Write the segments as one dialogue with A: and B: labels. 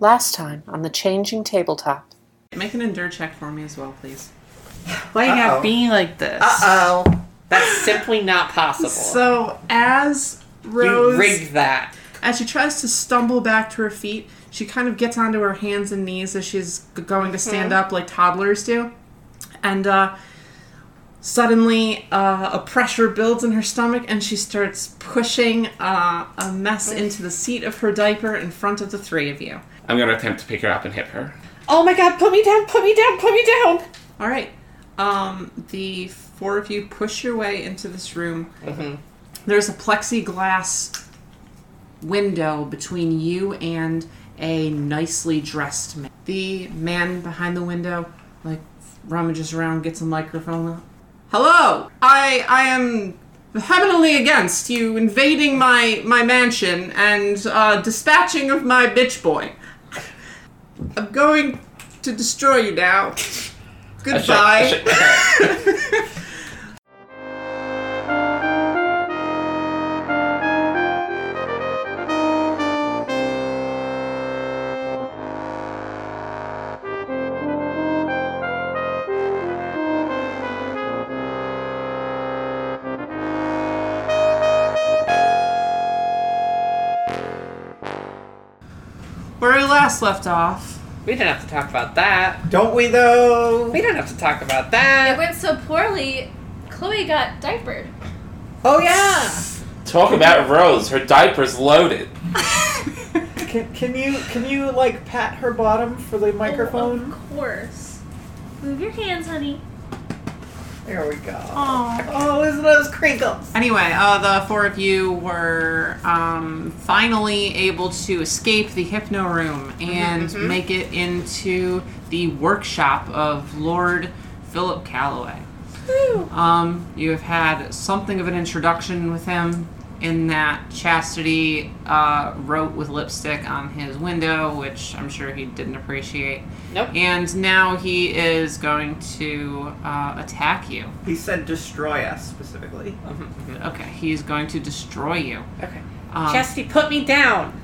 A: last time on the changing tabletop.
B: Make an endure check for me as well, please.
C: Why you
D: Uh-oh.
C: got being like this?
D: Uh oh. That's simply not possible.
E: So as
D: you
E: Rose,
D: rigged that.
E: as she tries to stumble back to her feet, she kind of gets onto her hands and knees as she's g- going to stand
B: Mm-hmm.
E: up like toddlers do, and uh, suddenly uh, a pressure builds in her stomach and she starts pushing uh, a mess into the seat of her diaper in front of the three of you.
F: I'm gonna attempt to pick her up and hit her.
D: Oh my god, put me down, put me down, put me down.
E: All right. Um, the four of you push your way into this room. There's a plexiglass window between you and a nicely dressed man. The man behind the window, like, rummages around, gets a microphone out. Hello! I I am vehemently against you invading my my mansion and uh, dispatching of my bitch boy. I'm going to destroy you now. Goodbye. Where we last left off.
D: We didn't have to talk about that.
C: Don't we though?
D: We didn't have to talk about
G: It
D: that.
G: went so poorly, Chloe got diapered.
D: Oh yeah.
F: Talk about Rose. Her diaper's loaded.
C: Can, can you can you like pat her bottom for the microphone?
G: Oh, of course. Move your hands, honey.
C: There we go.
E: Aww.
C: Oh, listen to those crinkles.
E: Anyway, uh, the four of you were um, finally able to escape the hypno room and make it into the workshop of Lord Philip Calloway. Um, you have had something of an introduction with him in that Chastity uh, wrote with lipstick on his window, which I'm sure he didn't appreciate.
D: Nope.
E: And now he is going to uh, attack you.
C: He said destroy us specifically.
E: Okay, he's going to destroy you.
D: Okay.
E: Um,
D: Chastity, put me down.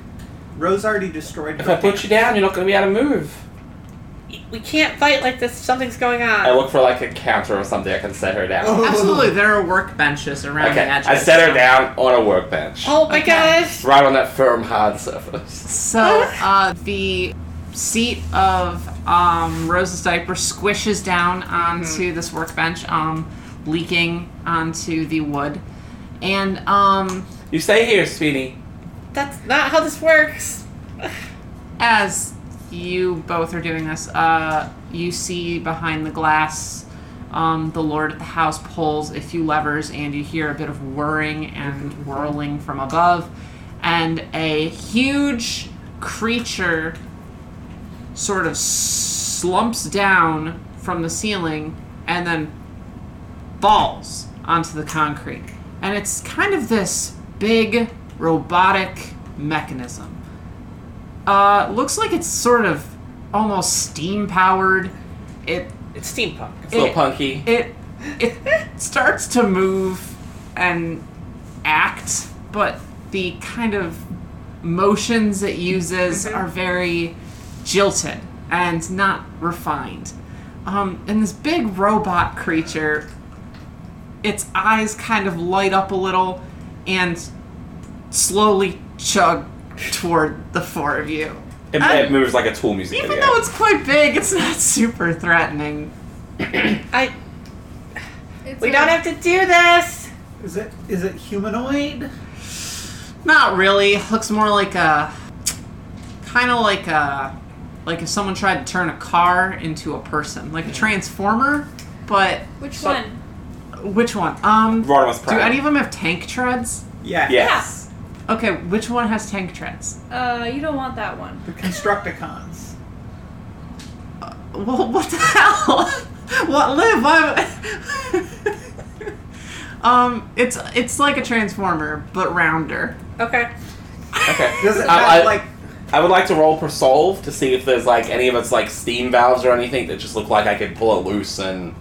C: Rose already destroyed
F: If I
C: her.
F: put you down, you're not gonna be able to move.
D: We can't fight like this. Something's going
F: I
D: on.
F: look for like a counter or something I can set her
E: Oh.
F: down.
E: Absolutely, there are workbenches around
F: Okay,
E: the edges.
F: I set her down on a workbench.
D: Oh my
E: Okay.
D: gosh.
F: Right on that firm, hard surface.
E: So uh, the seat of um, Rose's diaper squishes down onto this workbench, um, leaking onto the wood. And um,
F: You stay here, sweetie.
D: That's not how this works.
E: as you both are doing this, uh, you see behind the glass um, the lord of the house pulls a few levers, and you hear a bit of whirring and whirling from above, and a huge creature sort of slumps down from the ceiling and then falls onto the concrete. And it's kind of this big robotic mechanism. Uh, looks like it's sort of almost steam powered. It
D: It's steampunk.
F: It's a little
E: It-
F: punky.
E: it it starts to move and act, but the kind of motions it uses are very jilted and not refined. Um, and this big robot creature, its eyes kind of light up a little and slowly chug toward the four of you.
F: It, it moves like a tool music
E: Even
F: video.
E: though it's quite big, it's not super threatening.
D: I.
G: It's
D: We don't have to do this.
C: Is it is it humanoid?
E: Not really. Looks more like a kind of like a like if someone tried to turn a car into a person, like a transformer. But
G: Which
D: So-
G: one?
E: which one? Um,
F: Rodimus
E: do
F: Prime.
E: any of them have tank treads?
C: Yeah.
F: Yes.
E: Okay, which one has tank treads?
G: Uh, you don't want that one.
C: The Constructicons.
E: Well, Uh, what the hell? what live? Why? um, it's it's like a transformer but rounder.
D: Okay.
F: Okay.
C: Does it
F: I-
C: have
F: I-
C: like
F: I would like to roll Persolve to see if there's like any of its like steam valves or anything that just look like I could pull it loose and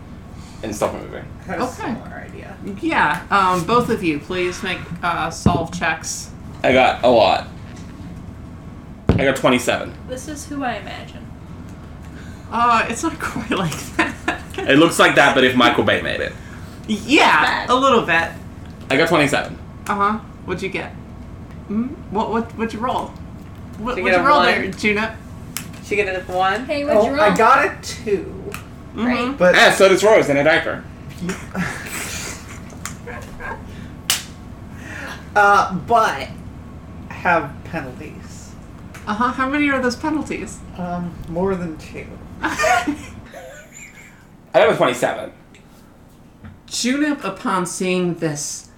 F: and stop it moving.
C: has a
E: Okay.
C: similar idea?
E: Yeah. Um, both of you, please make uh, solve checks.
F: I got a lot. I got 27.
G: This is who I imagine.
E: Uh, it's not quite like that.
F: It looks like that, but if Michael Bay made it.
E: yeah,
G: Bad.
E: a little bit.
F: I got 27.
E: Uh huh. What'd you get? Mm? What what what'd you roll? What,
D: Did
E: what'd you,
D: you get a
E: roll
D: one?
E: there, Juno?
D: She get a one.
G: Hey, what'd
C: Oh,
G: you roll?
C: I got a two.
E: Mhm.
C: But
F: Ah, so does Rose in a diaper.
C: uh, but have penalties.
E: Uh huh. How many are those penalties?
C: Um, more than two.
F: I got a 27.
E: Junip, upon seeing this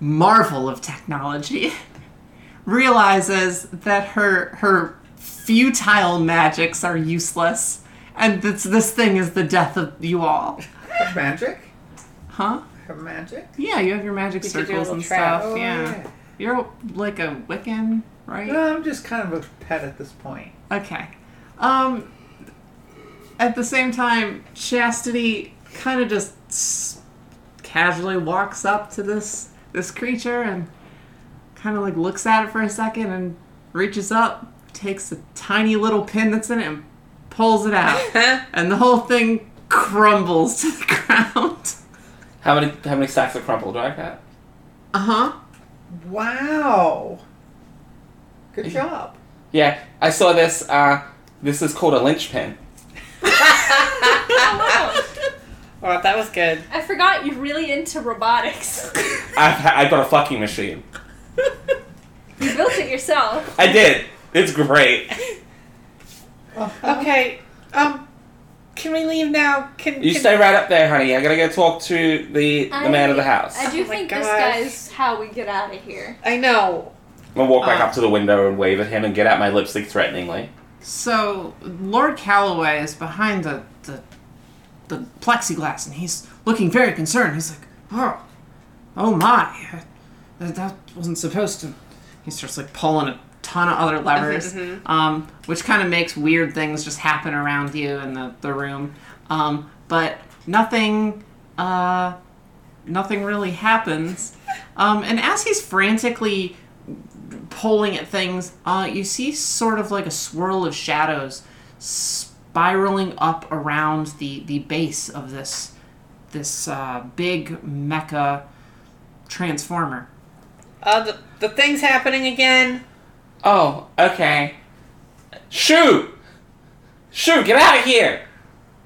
E: marvel of technology, realizes that her her futile magics are useless, and this this thing is the death of you all.
C: Her magic.
E: Huh?
C: Her magic.
E: Yeah, you have your magic
D: You could do a
E: circles
D: little
E: and
D: trap. Oh,
E: stuff. yeah. you're like a Wiccan, right?
C: No, I'm just kind of a pet at this point.
E: Okay. Um at the same time, Chastity kind of just s- casually walks up to this this creature and kind of like looks at it for a second and reaches up, takes a tiny little pin that's in it and pulls it out. and the whole thing crumbles to the ground.
F: How many how many stacks of crumple do I have?
E: Uh-huh.
C: Wow. Good job.
F: Yeah, I saw this. Uh, this is called a linchpin.
G: Oh, wow.
D: Oh, that was good.
G: I forgot you're really into robotics.
F: I've, ha- I've got a fucking machine.
G: you built it yourself.
F: I did. It's great.
C: Uh-huh.
D: Okay. Um, can we leave now? Can
F: You
D: can-
F: stay right up there, honey. I gotta go talk to the, the man of the house.
G: I do
D: Oh my
G: think this
D: gosh.
G: guy's how we get out of here.
D: I know.
F: I'm gonna walk back
E: Uh.
G: Oh.
F: up to the window and wave at him and get out my lipstick threateningly.
E: So Lord Calloway is behind the, the the plexiglass, and he's looking very concerned. He's like, "Oh, oh my, uh, that, that wasn't supposed to." He starts like pulling a ton of other levers, um, which kind of makes weird things just happen around you in the the room. Um, but nothing, uh, nothing really happens. Um, and as he's frantically pulling at things, uh, you see sort of like a swirl of shadows spiraling up around the, the base of this this uh, big mecha transformer.
D: Uh, the, the thing's happening again.
F: Oh, okay. Shoo! Shoo! Get out of here!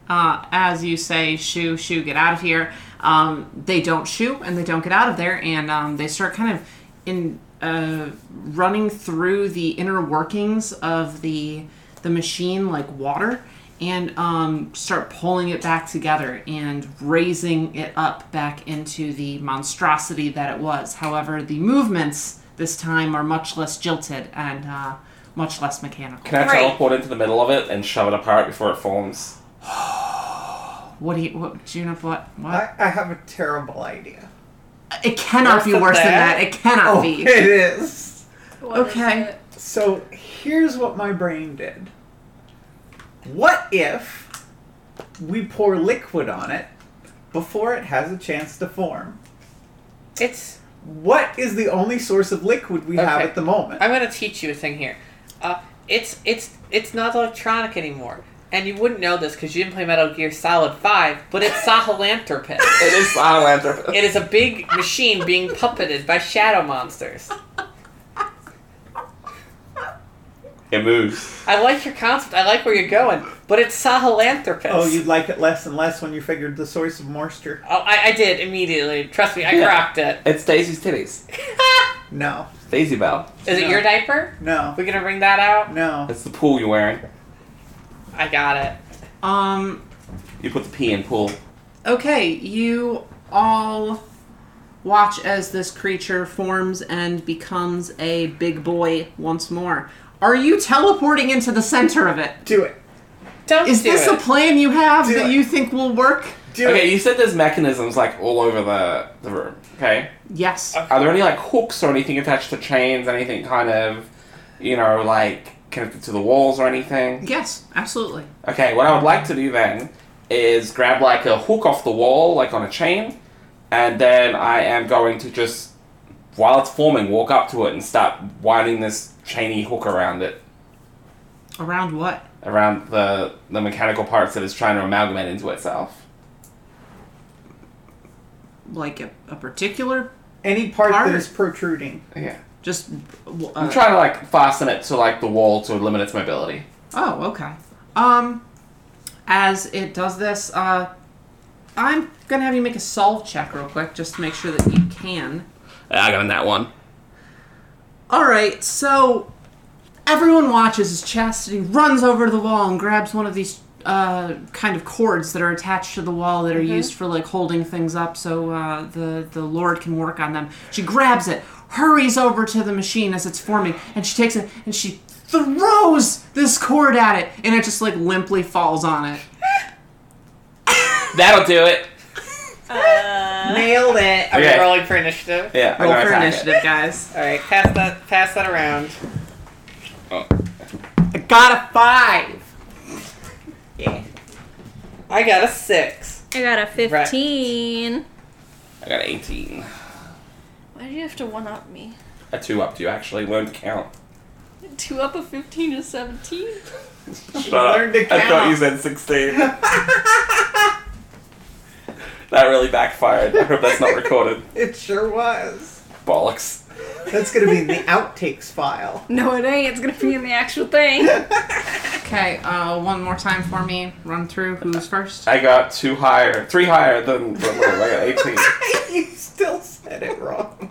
E: Uh, as you say, shoo, shoo, get out of here. Um, they don't shoo and they don't get out of there, and um, they start kind of in uh, running through the inner workings of the the machine like water, and um, start pulling it back together and raising it up back into the monstrosity that it was. However, the movements this time are much less jilted and uh, much less mechanical.
F: Can I
D: Great.
F: teleport into the middle of it and shove it apart before it forms?
E: What do you, what, Junip, what, what?
C: I, I have a terrible idea.
E: It cannot
D: Worse
E: be
D: than
E: worse than
D: that?
E: that. It cannot
C: Oh,
E: be.
C: it is.
G: What is
E: Okay.
G: it?
C: So here's what my brain did. What if we pour liquid on it before it has a chance to form?
D: It's.
C: What is the only source of liquid we have
D: Okay.
C: at the moment?
D: I'm gonna teach you a thing here. Uh, it's it's it's not electronic anymore, and you wouldn't know this because you didn't play Metal Gear Solid Five, but it's Sahelanthropus.
F: It is Sahelanthropus.
D: It is a big machine being puppeted by shadow monsters.
F: It moves.
D: I like your concept. I like where you're going, but it's Sahelanthropus.
C: Oh, you'd like it less and less when you figured the source of moisture?
D: Oh, I, I did immediately. Trust me, I
F: Yeah.
D: cracked it.
F: It's Daisy's titties.
C: No,
F: Daisy Bell.
D: Is it
C: No.
D: your diaper?
C: no,
D: We gonna bring that out?
C: no.
F: It's the pool you're wearing.
D: I got it.
E: Um.
F: You put the pee in pool.
E: Okay, you all watch as this creature forms and becomes a big boy once more. Are you teleporting into the center of it?
C: Do it.
D: Don't
E: Is
D: do
E: this
D: it.
E: a plan you have
C: Do
E: that
C: it.
E: you think will work?
C: Do
F: Okay,
C: it.
F: you said there's mechanisms like all over the, the room. Okay.
E: Yes.
D: Okay.
F: Are there any like hooks or anything attached to chains? Anything kind of, you know, like connected to the walls or anything?
E: Yes, absolutely.
F: Okay, what I would like to do then is grab like a hook off the wall, like on a chain, and then I am going to just, while it's forming, walk up to it and start winding this chainy hook around it.
E: Around what?
F: around the the mechanical parts that it's trying to amalgamate into itself.
E: Like a, a particular?
C: Any part
E: Part.
C: that is protruding.
F: Yeah.
E: Just. Uh,
F: I'm trying to like fasten it to like the wall to limit its mobility.
E: Oh, okay. Um, as it does this, uh, I'm gonna have you make a solve check real quick, just to make sure that you can.
F: I got in that one.
E: All right, so everyone watches as Chastity runs over to the wall and grabs one of these uh, kind of cords that are attached to the wall that are used for like holding things up, so uh, the the Lord can work on them. She grabs it, hurries over to the machine as it's forming, and she takes it and she throws this cord at it, and it just like limply falls on it.
F: That'll do it.
D: Nailed it. Are
F: Okay.
D: we rolling for initiative?
F: Yeah. I
E: Roll
F: gotta
E: for
F: attack it.
E: initiative, guys.
D: All right, pass that. Pass that around.
F: Oh,
E: I got a five.
D: Yeah. I got a six.
G: I got a 15.
F: I got 18.
G: Why do you have to one up me?
F: A two up to you actually learned to count.
G: Two up a 15 is 17?
F: Shut
C: learned to
F: I thought you said
C: count.
F: 16. that really backfired. I hope that's not recorded.
C: It sure was.
F: Bollocks.
C: That's gonna be in the outtakes file.
G: No, it ain't. It's gonna be in the actual thing.
E: Okay, uh, one more time for me. Run through who's first.
F: I got two higher, three higher than than Lou. I got 18.
C: you still said it wrong.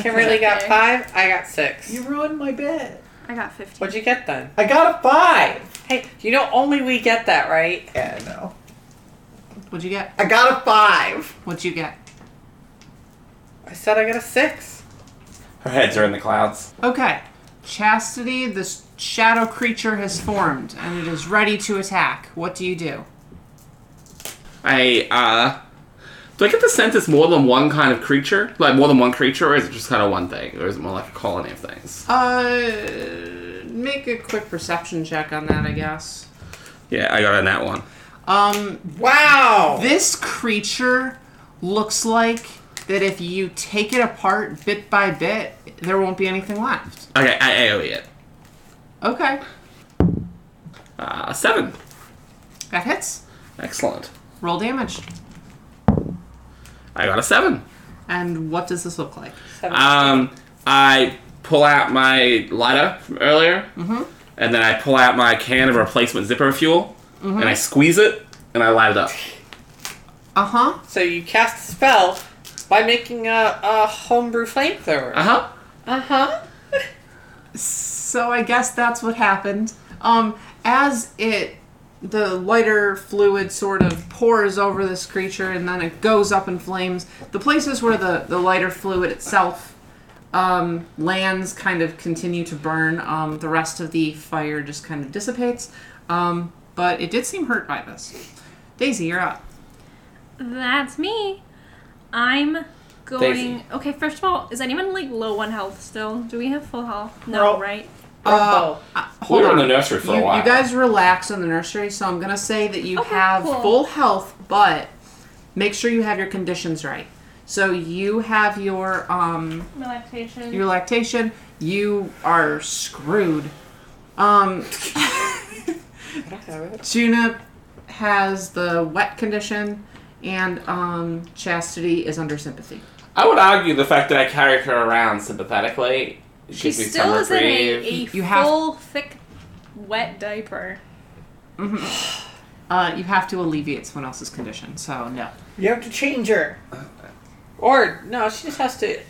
D: Kimberly got
G: Okay.
D: five. I got six.
C: You ruined my bet.
G: I got 15.
D: What'd you get then?
C: I got a five.
D: Hey, you know only we get that, right?
C: Yeah, no.
E: What'd you get?
C: I got a five.
E: What'd you get?
D: I said I got a six.
F: Her heads are in the clouds.
E: Okay. Chastity, this shadow creature has formed and it is ready to attack. What do you do?
F: I, uh. Do I get the sense it's more than one kind of creature? Like more than one creature, or is it just kind of one thing? Or is it more like a colony of things?
E: Uh, make a quick perception check on that, I guess.
F: Yeah, I got in that one.
E: Um,
C: Wow.
E: this creature looks like that if you take it apart bit by bit, there won't be anything left.
F: Okay, I AoE it.
E: Okay,
F: Uh, seven.
E: that hits.
F: Excellent.
E: Roll damage.
F: I got a seven.
E: And what does this look like?
D: Seven.
F: Um, I pull out my lighter from earlier, and then I pull out my can of replacement zipper fuel, and I squeeze it, and I light it up.
E: Uh huh.
D: so you cast a spell by making a, a homebrew flamethrower.
F: Uh huh.
D: Uh huh.
E: So I guess that's what happened. Um, as it, the lighter fluid sort of pours over this creature and then it goes up in flames. The places where the, the lighter fluid itself um, lands kind of continue to burn. Um, the rest of the fire just kind of dissipates. Um, but it did seem hurt by this. Daisy, you're up.
G: That's me. I'm going.
F: Daisy.
G: Okay, first of all, is anyone like low on health still? Do we have full health? No,
C: Well-
G: right?
E: Uh, uh,
F: We
E: hold
F: were in
E: on.
F: the nursery for
E: you,
F: a while.
E: you guys relax in the nursery, so I'm gonna say that you
G: Okay,
E: have
G: cool.
E: full health, but make sure you have your conditions right. So you have your um
G: Relaxation.
E: your lactation. You are screwed. Um,
D: I don't have it.
E: Tuna has the wet condition, and um, Chastity is under sympathy.
F: I would argue the fact that I carried her around sympathetically.
G: She
F: gives me
G: still
F: some
G: is in a, a
F: reprieve.
E: You have-
G: full, thick, wet diaper.
E: Uh, you have to alleviate someone else's condition, so no.
C: You have to change her.
D: Or no, she just has to.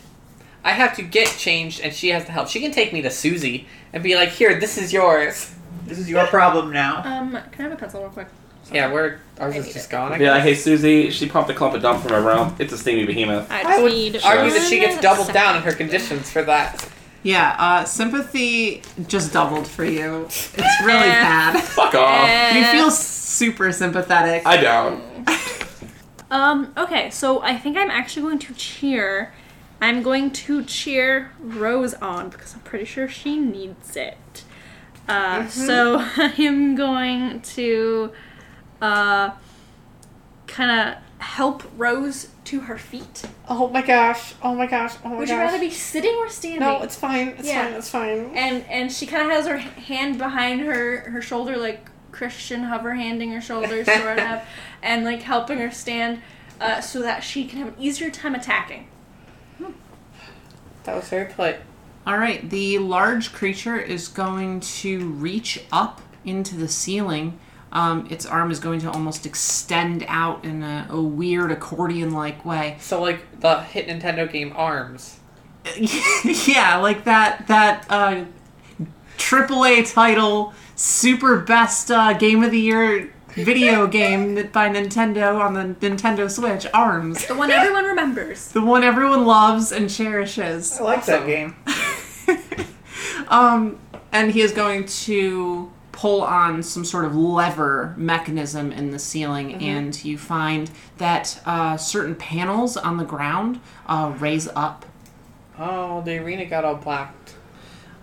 D: I have to get changed, and she has to help. She can take me to Susie and be like, "Here, this is yours."
C: This is your problem now.
G: Um, can I have a pencil real quick?
D: Yeah, we're ours
G: I
D: is
G: need
D: just
G: it.
D: gone. I
F: Be like,
D: guess.
F: hey Susie, she pumped a clump of dump from her realm. It's a steamy behemoth.
G: I
D: I
G: just
D: would
G: need.
D: argue that she gets
G: one
D: doubled down on her
G: second.
D: conditions for that.
E: Yeah, uh, sympathy just doubled for you. It's really bad.
F: Fuck off.
E: You
D: Uh,
G: Eh.
E: feel super sympathetic.
F: I don't.
G: Um, okay, so I think I'm actually going to cheer. I'm going to cheer Rose on because I'm pretty sure she needs it. Uh,
D: Mm-hmm.
G: So I'm going to uh, kind of help Rose to her feet.
D: Oh my gosh. Oh my gosh. Oh my
G: Would
D: gosh.
G: you rather be sitting or standing?
D: No, it's fine. It's
G: Yeah.
D: fine. It's fine.
G: and and she kind of has her h- hand behind her her shoulder like christian hover handing her shoulder sort of and like helping her stand uh, so that she can have an easier time attacking
D: That was very polite.
E: All right, the large creature is going to reach up into the ceiling. Um, its arm is going to almost extend out in a, a weird accordion like way.
D: So like the hit Nintendo game Arms.
E: yeah, like that that uh, AAA title, super best uh, game of the year video game that- by Nintendo on the Nintendo Switch, Arms,
G: the one everyone remembers
E: the one everyone loves and cherishes.
C: I like that
D: Awesome.
C: game.
E: Um, and he is going to pull on some sort of lever mechanism in the ceiling,
D: Mm-hmm.
E: and you find that uh, certain panels on the ground uh, raise up.
D: Oh, the arena got all blacked.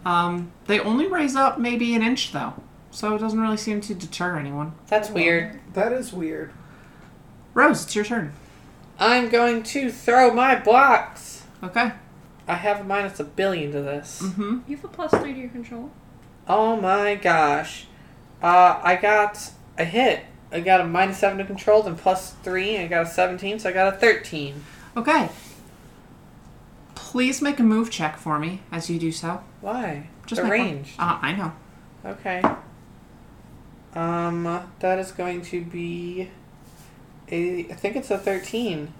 E: Um, they only raise up maybe an inch, though, so it doesn't really seem to deter anyone.
G: Oh.
D: That's weird.
C: That is weird.
E: Rose, it's your turn.
D: I'm going to throw my blocks.
E: Okay.
D: I have a minus a billion to this.
E: Mm-hmm.
G: you have a plus three to your control
D: Oh my gosh. Uh, I got a hit. I got a minus seven to control, and plus three, and I got a 17, so I got a 13.
E: Okay. Please make a move check for me as you do so.
D: Why?
E: Just
D: the
E: make one.
D: range.
E: Uh, I know.
D: Okay. Um, that is going to be a. I think it's a thirteen.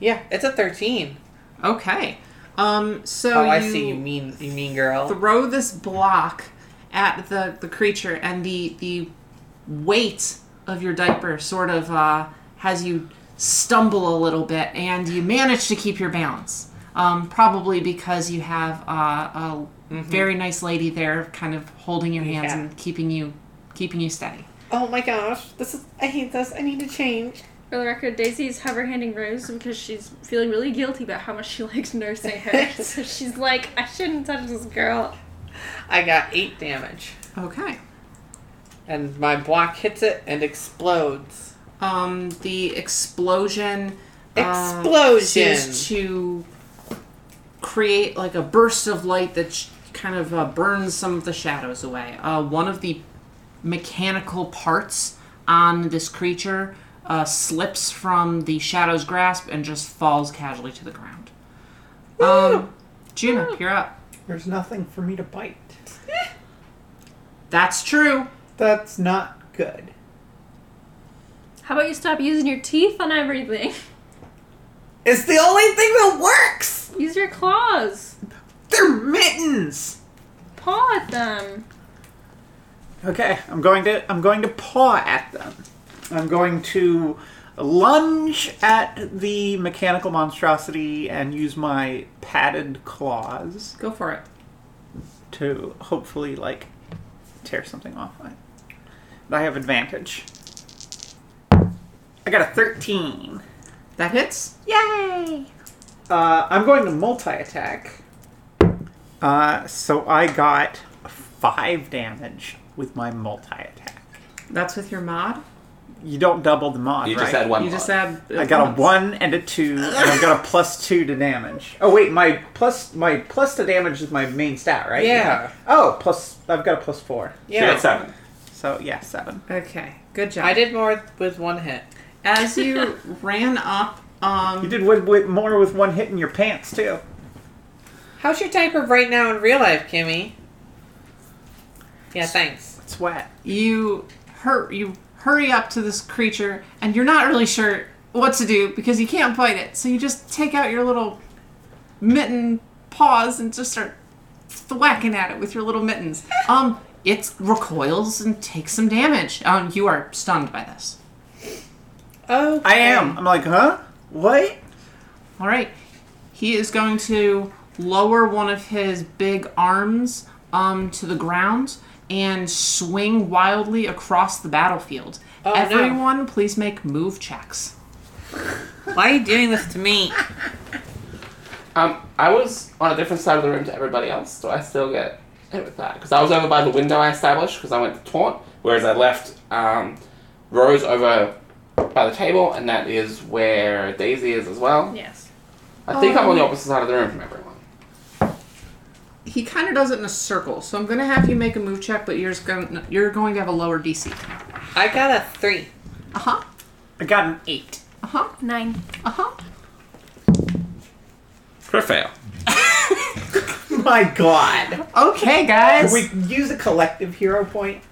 D: Yeah, it's a thirteen.
E: Okay. Um, so
D: Oh,
E: you...
D: I see. You mean you mean girl.
E: throw this block at the, the creature and the the weight of your diaper sort of uh, has you stumble a little bit and you manage to keep your balance um, probably because you have uh, a very nice lady there kind of holding your hands
D: Yeah.
E: and keeping you keeping you steady
D: oh my gosh, this is. I hate this. I need to change.
G: for the record daisy is hover handing rose because she's feeling really guilty about how much she likes nursing her so she's like i shouldn't touch this girl
D: I got eight damage,
E: okay
D: and my block hits it and explodes.
E: um, the explosion uh,
D: Explosion.
E: seems to create like a burst of light that sh- kind of uh, burns some of the shadows away. Uh, one of the mechanical parts on this creature uh, slips from the shadow's grasp and just falls casually to the ground. Um, Juno, you're up.
C: There's nothing for me to bite.
E: That's true.
C: That's not good.
G: how about you stop using your teeth on everything
C: It's the only thing that works!
G: use your claws
C: They're mittens!
G: paw at them
C: Okay, I'm going to I'm going to paw at them. I'm going to lunge at the mechanical monstrosity and use my padded claws
E: Go for it.
C: to hopefully like tear something off. I, I have advantage. I got a 13.
E: That hits.
G: yay
C: Uh, I'm going to multi attack. Uh, so I got five damage with my multi attack.
E: That's with your mod.
C: You don't double the mod,
F: You
C: right?
F: just had one.
E: You just
F: mod.
E: add.
C: Uh, I got a
E: one.
C: one and a two, and I've got a plus two to damage. Oh wait, my plus my plus to damage is my main stat, right?
D: Yeah.
C: Oh, plus I've got a plus four.
F: You
D: Yeah,
F: had seven.
C: So yeah, seven.
E: Okay, good job.
D: I did more with one hit.
E: As you ran up,
C: You
E: um,
C: did with, with more with one hit in your pants too.
D: How's your diaper right now in real life, Kimmy? Yeah, thanks.
C: It's wet.
E: you hur- you hurry up to this creature, and you're not really sure what to do because you can't bite it. So you just take out your little mitten paws and just start thwacking at it with your little mittens. Um, it recoils and takes some damage. Um, you are stunned by this.
D: Oh,
C: I am. I'm like, huh? What?
E: All right. He is going to lower one of his big arms um, to the ground and swing wildly across the battlefield.
D: Oh, no.
E: Everyone, please make move checks.
D: Why are you doing this to me?
F: Um, I was on a different side of the room to everybody else. Do I still get hit with that? Because I was over by the window I established because I went to taunt, whereas I left um, Rose over by the table, and that is where Daisy is as well.
G: Yes.
F: I think I'm on the opposite side of the room from everyone.
E: He kind of does it in a circle, so I'm gonna have you make a move check, but yours going you're going to have a lower DC.
D: I got a three.
E: Uh huh.
C: I got an eight.
E: Uh huh.
G: Nine.
E: Uh huh.
F: For fail.
C: My God.
E: Okay, guys.
C: Can we use a collective hero point?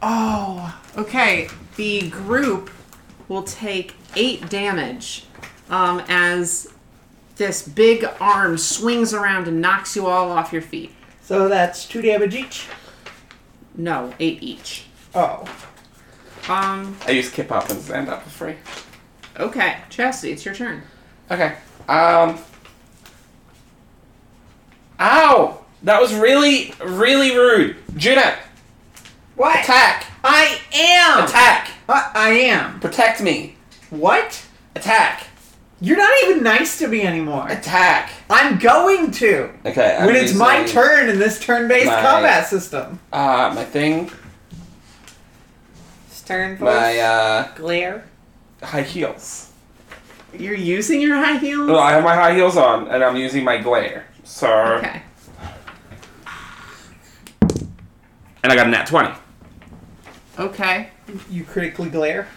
E: Oh, okay. The group will take eight damage um, as this big arm swings around and knocks you all off your feet.
C: So that's two damage each.
E: No, eight each.
C: Oh.
E: Um.
F: I use kip up and stand up for free.
E: Okay, Chastity, it's your turn.
F: Okay. Um. Ow! That was really, really rude. Juno,
C: What? Oh.
F: attack!
C: I am.
F: Attack!
C: I, I am.
F: Protect me!
C: What?
F: Attack!
C: You're not even nice to me anymore.
F: Attack!
C: I'm going to.
F: Okay. I'm
C: when it's my
F: using,
C: turn in this turn-based
F: my-
C: combat system.
F: Uh, my thing,
D: Stern voice.
F: my uh,
D: glare.
F: high heels.
E: You're using your high heels?
F: No, I have my high heels on, and I'm using my glare. So,
E: Okay.
F: and I got a nat twenty.
E: Okay.
C: You critically glare.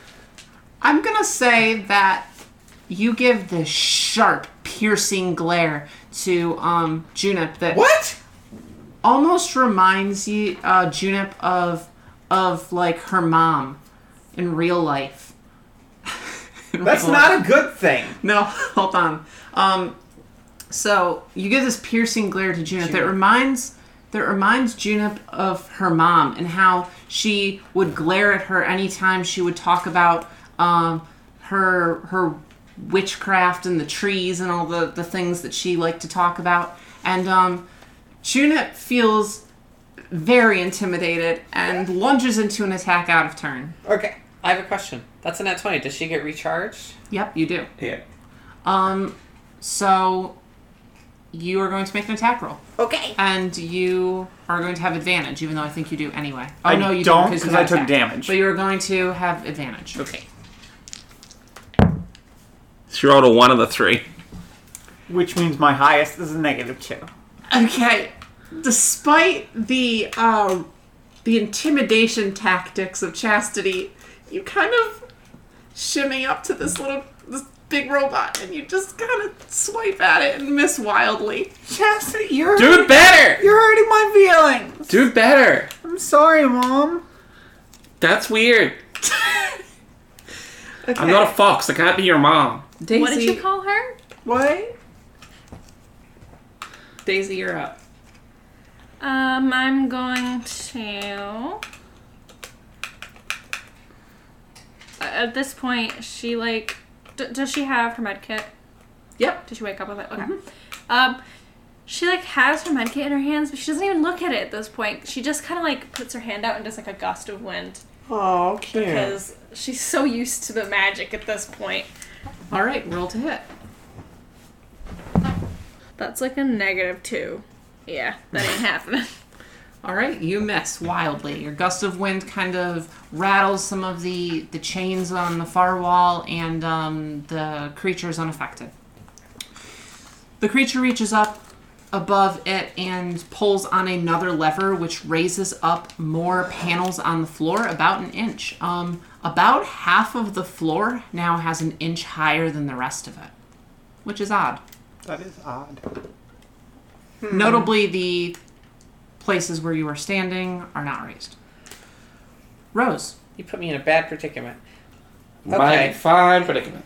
E: I'm gonna say that you give the sharp, piercing glare to um Junip that
C: What?
E: almost reminds you uh Junip of of like her mom in real life. In
C: That's
E: real
C: not a good thing.
E: No, hold on. Um, so you give this piercing glare to Junip that reminds that reminds Junip of her mom and how she would glare at her anytime she would talk about um, her her witchcraft and the trees and all the, the things that she liked to talk about. And um, Junip feels very intimidated and lunges into an attack out of turn.
C: Okay.
D: I have a question. That's a nat 20. Does she get recharged?
E: Yep, you do.
F: Yeah.
E: Um, so you are going to make an attack roll.
C: Okay.
E: and you are going to have advantage, even though I think you do anyway. Oh
C: I
E: no, you
C: don't,
E: you
C: 'cause I
E: had
C: took
E: attack.
C: damage.
E: But you are going to have advantage.
C: Okay.
F: She rolled a one of the three.
C: Which means my highest is a negative two.
E: Okay. Despite the uh, the intimidation tactics of chastity, you kind of shimmy up to this little this big robot, and you just kind of swipe at it and miss wildly.
C: Chastity, you're
F: Do better!
C: you're hurting my feelings.
F: Do better!
C: I'm sorry, mom.
F: That's weird.
E: Okay.
F: I'm not a fox. I can't be your mom.
E: Daisy.
G: What did you call her?
C: What?
E: Daisy, you're up.
G: Um, I'm going to. uh, At this point, she like. D- does she have her med kit?
E: Yep.
G: Did she wake up with it? Okay. Um, she like has her medkit in her hands, but she doesn't even look at it at this point. She just kind of like puts her hand out and does like a gust of wind
E: Oh, cute.
G: because she's so used to the magic at this point.
E: All right, roll to hit.
G: That's like a negative two. Yeah, that ain't happening.
E: All right, you miss wildly. Your gust of wind kind of rattles some of the, the chains on the far wall, and um, the creature is unaffected. The creature reaches up above it and pulls on another lever, which raises up more panels on the floor about an inch. Um, about half of the floor now has an inch higher than the rest of it, which is odd.
C: That is odd.
E: Notably, the places where you are standing are not raised. Rose.
D: You put me in a bad predicament.
F: My
D: Okay.
F: fine predicament.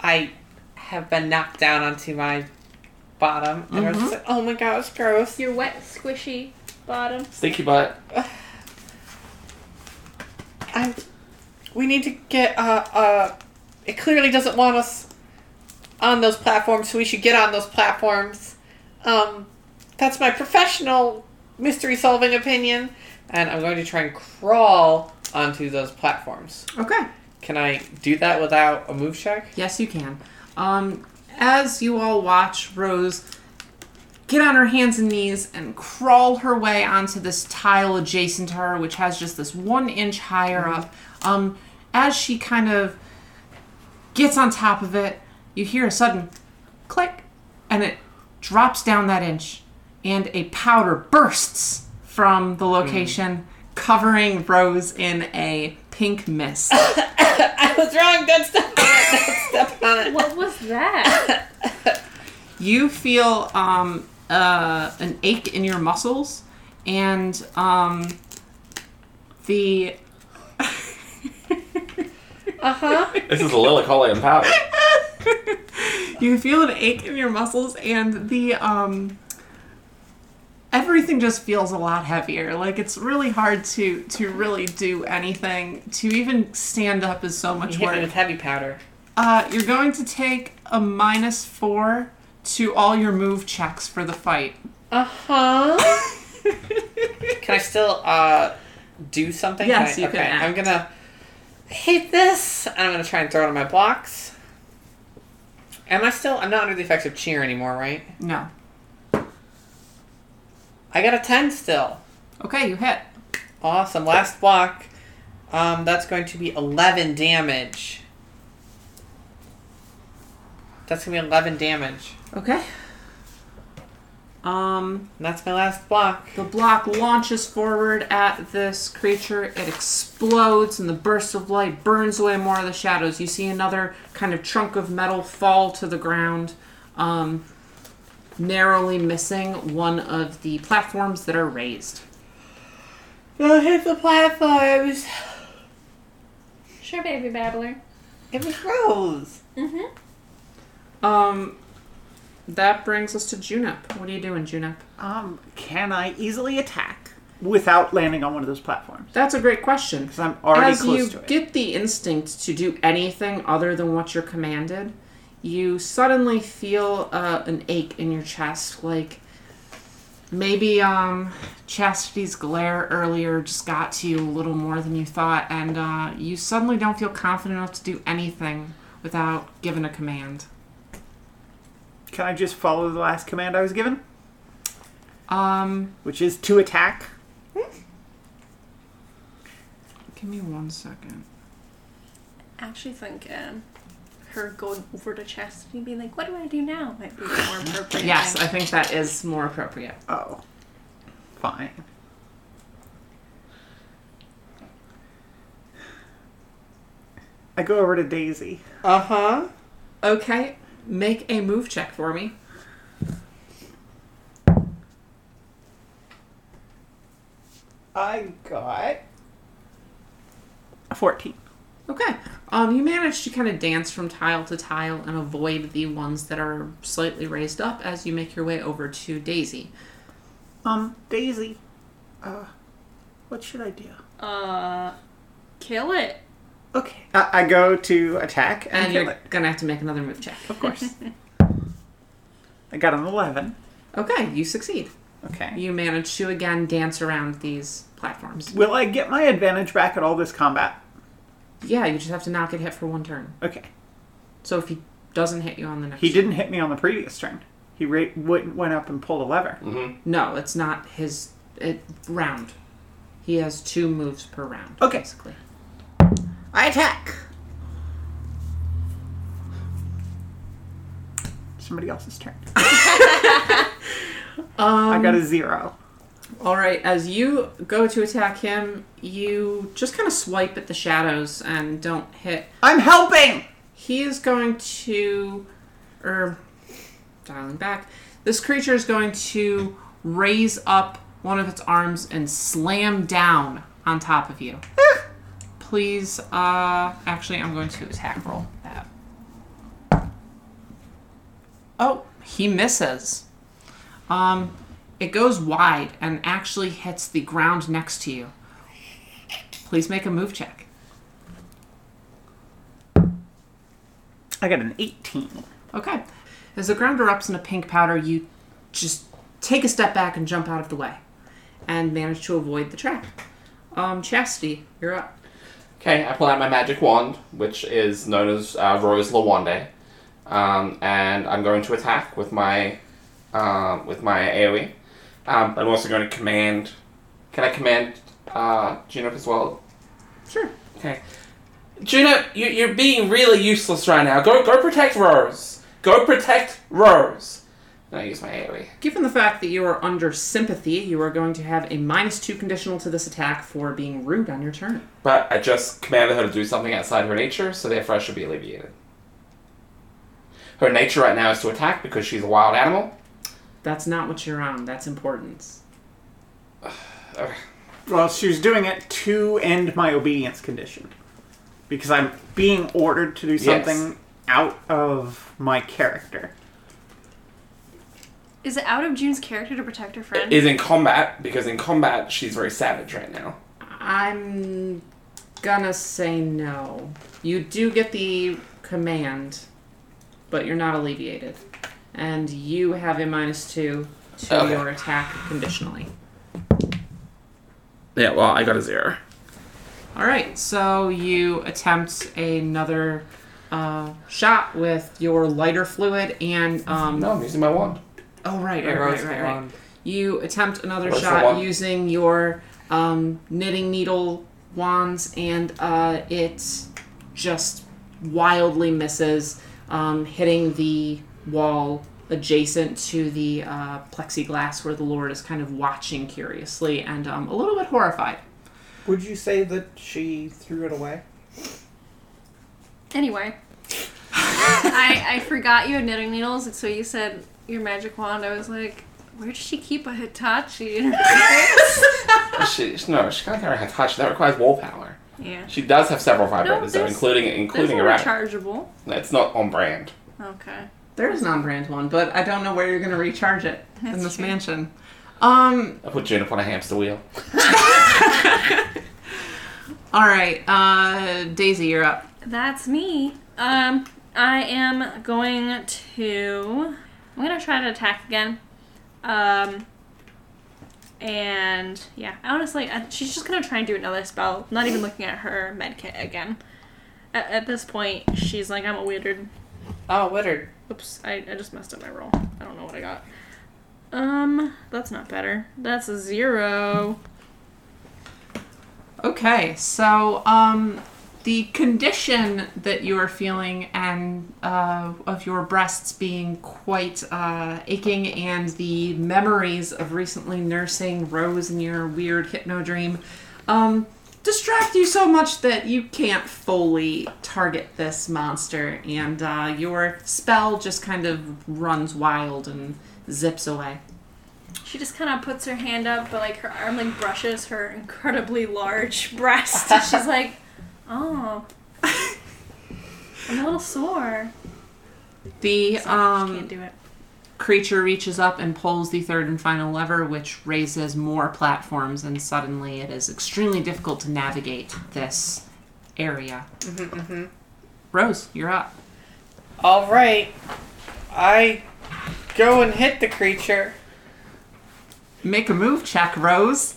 D: I have been knocked down onto my bottom. And I was just like, oh my gosh, gross.
G: Your wet, squishy bottom.
F: Stinky butt.
D: I, we need to get, uh, uh, it clearly doesn't want us on those platforms, so we should get on those platforms. Um, that's my professional mystery solving opinion. And I'm going to try and crawl onto those platforms.
E: Okay.
D: Can I do that without a move check?
E: Yes, you can. Um, as you all watch Rose get on her hands and knees and crawl her way onto this tile adjacent to her, which has just this one inch higher up, um, as she kind of gets on top of it, you hear a sudden click and it drops down that inch and a powder bursts from the location covering Rose in a pink mist.
D: I was wrong. Don't step on it. Don't step on it.
G: What was that?
E: you feel um, uh, an ache in your muscles and um, the
G: Uh-huh.
F: This is Lily Colin powder.
E: you feel an ache in your muscles and the um everything just feels a lot heavier like it's really hard to to really do anything to even stand up is so much
D: You hit it
E: work
D: with heavy powder.
E: uh you're going to take a minus four to all your move checks for the fight
D: Uh huh. can I still uh do something?
E: Yes,
D: I,
E: you can
D: okay, I'm
E: act.
D: gonna hate this. and I'm gonna try and throw it on my blocks. Am I still? I'm not under the effects of cheer anymore, right?
E: no
D: I got a ten still.
E: okay you hit
D: Awesome. Last block. Um, that's going to be 11 damage. That's going to be 11 damage.
E: okay um
D: And that's my last block.
E: The block launches forward at this creature. It explodes, and the burst of light burns away more of the shadows. You see another kind of chunk of metal fall to the ground, um, narrowly missing one of the platforms that are raised.
D: Don't hit the platforms.
G: sure, baby babbler.
D: It was Rose.
E: Um, that brings us to Junep. What are you doing, Junep?
C: Um, can I easily attack without landing on one of those platforms?
E: That's a great question.
C: 'Cause I'm already
E: As
C: close
E: you
C: to it.
E: get the instinct to do anything other than what you're commanded, you suddenly feel uh, an ache in your chest, like maybe um, Chastity's glare earlier just got to you a little more than you thought, and uh, you suddenly don't feel confident enough to do anything without giving a command.
C: Can I just follow the last command I was given,
E: Um,
C: which is to attack?
E: give me one second.
G: Actually, thinking her going over to Chastity and being like, "What do I do now?" might be more appropriate.
E: Yes, I think that is more appropriate.
C: Oh, fine. I go over to Daisy.
D: Uh huh.
E: Okay, make a move check for me.
C: I got a fourteen.
E: Okay. Um, you manage to kind of dance from tile to tile and avoid the ones that are slightly raised up as you make your way over to Daisy.
C: Um, Daisy, uh, what should I do?
G: Uh, kill it.
C: Okay, I, I go to attack and,
E: And
C: kill
E: you're
C: it.
E: gonna have to make another move check.
C: Of course. I got an eleven.
E: Okay, you succeed.
C: Okay.
E: You manage to again dance around these platforms.
C: Will I get my advantage back at all this combat?
E: Yeah, you just have to not get hit for one turn.
C: Okay.
E: So if he doesn't hit you on the next,
C: He didn't hit me on the previous turn. He ra- went went up and pulled a lever.
E: No, it's not his it, round. He has two moves per round.
C: Okay.
E: basically.
C: I attack. Somebody else's turn. I got a zero.
E: All right, as you go to attack him, you just kind of swipe at the shadows and don't hit.
C: I'm helping.
E: He is going to, er, dialing back. This creature is going to raise up one of its arms and slam down on top of you. Please, uh, actually, I'm going to attack roll that. Oh, he misses. Um, it goes wide and actually hits the ground next to you. Please make a move check.
C: I got an eighteen.
E: Okay. As the ground erupts in a pink powder, you just take a step back and jump out of the way and manage to avoid the trap. Um, Chastity, you're up.
F: Okay, I pull out my magic wand, which is known as uh, Rose Lawande, um, and I'm going to attack with my um, with my AOE. Um, I'm also going to command. Can I command uh, Junip as well?
E: Sure.
F: Okay. Juno, you, you're being really useless right now. Go go protect Rose. Go protect Rose. And I use my E. AoE.
E: Given the fact that you are under sympathy, you are going to have a minus two conditional to this attack for being rude on your turn.
F: But I just commanded her to do something outside her nature, so therefore I should be alleviated. Her nature right now is to attack because she's a wild animal.
E: That's not what you're on. That's importance.
C: Well, she was doing it to end my obedience condition because I'm being ordered to do
F: Yes.
C: something out of my character.
G: Is it out of June's character to protect her friend?
F: Is in combat because in combat she's very savage right now.
E: I'm gonna say no. You do get the command, but you're not alleviated. And you have a minus two to
F: Okay.
E: your attack conditionally.
F: Yeah, well, I got a zero.
E: All right, so you attempt another uh, shot with your lighter fluid and um,
F: No, I'm using my wand.
E: oh right, right, right, right, right. You attempt another
F: Where's the
E: shot
F: wand?
E: using your um, knitting needle wands, and uh, it just wildly misses, um, hitting the wall adjacent to the uh, plexiglass where the Lord is kind of watching curiously and um, a little bit horrified.
C: Would you say that she threw it away?
G: Anyway, I I forgot you had knitting needles, so you said your magic wand. I was like, where does she keep a Hitachi? in her
F: Uh, she, no, she can't carry a Hitachi. That requires wall power.
G: yeah.
F: She does have several vibrators, though,
G: there's-
F: including
G: There's
F: including
G: a
F: a rabbit.
G: rechargeable.
F: That's not on brand.
G: Okay.
E: There is an on-brand one, but I don't know where you're going to recharge it in
G: That's
E: this
G: true.
E: mansion. Um,
F: I put June upon a hamster wheel.
E: all right, uh, Daisy, you're up.
G: That's me. Um, I am going to. I'm gonna try to attack again. Um, and yeah, honestly, I, she's just gonna try and do another spell. Not even looking at her medkit again. At, at this point, she's like, I'm a weird.
D: Oh, Wittard.
G: Oops, I, I just messed up my roll. I don't know what I got. Um, that's not better. That's a zero.
E: Okay, so um, the condition that you are feeling and uh, of your breasts being quite uh, aching and the memories of recently nursing Rose in your weird hypno dream um, distract you so much that you can't fully target this monster, and uh, your spell just kind of runs wild and zips away.
G: She just kind of puts her hand up, but like her arm like brushes her incredibly large breast. She's like, "Oh, I'm a little sore."
E: The
G: she
E: um,
G: can't do it.
E: creature reaches up and pulls the third and final lever, which raises more platforms, and suddenly it is extremely difficult to navigate this area. Rose, you're up.
D: All right. I go and hit the creature.
E: Make a move check, Rose.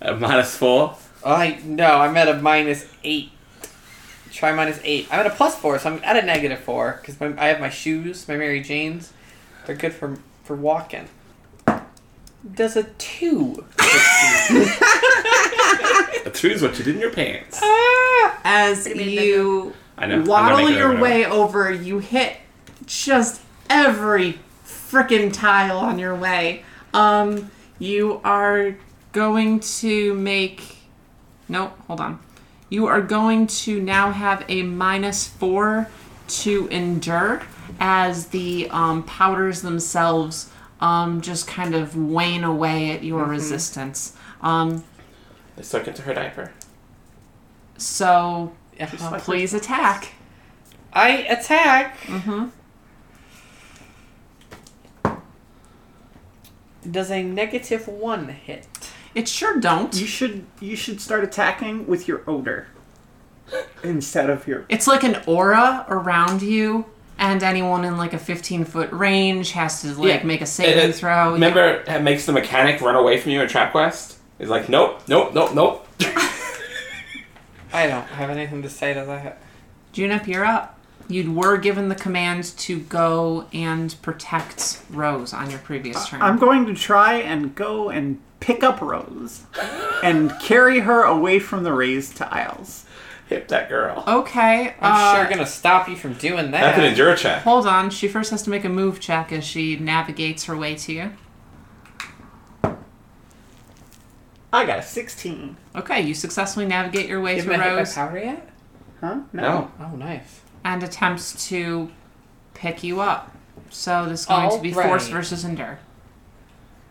F: At minus four.
D: I no, I'm at a minus eight. Try minus eight. I'm at a plus four, so I'm at a negative four because I have my shoes, my Mary Janes. They're good for for walking. Does a two?
F: A two is what you did in your pants.
E: As
G: mean,
E: you
F: I know. I'm not
E: waddle
F: making it
E: your
F: right
E: way over, you hit just every frickin' tile on your way. Um, you are going to make. Nope, hold on. You are going to now have a minus four to endure as the um, powders themselves um, just kind of wane away at
F: Mm-hmm.
E: your resistance. Um,
F: now. I stuck into her diaper.
E: so
D: Uh-huh.
E: please attack.
D: I attack. Mm-hmm. Does a negative one hit?
E: It sure don't.
C: You should you should start attacking with your odor instead of your
E: It's like an aura around you, and anyone in like a 15 foot range has to like
F: Yeah.
E: make a saving
F: Uh,
E: throw.
F: Remember, it makes the mechanic run away from you in Trap Quest? He's like, nope, nope, nope, nope.
D: I don't have anything to say to that.
E: Junip, you're up. You were given the command to go and protect Rose on your previous turn.
C: I'm going to try and go and pick up Rose and carry her away from the raised tiles.
F: Hit that girl.
E: Okay.
D: I'm
E: uh,
D: sure gonna stop you from doing
F: That's an
D: that.
F: endure check.
E: Hold on. She first has to make a move check as she navigates her way to you.
C: I got a 16.
E: Okay, you successfully navigate your way
D: Isn't
E: to
D: that hit by
E: Rose
D: power yet?
C: Huh?
F: No.
D: Oh, nice.
E: and attempts to pick you up. So this is going to be
D: Alright.
E: force versus endure.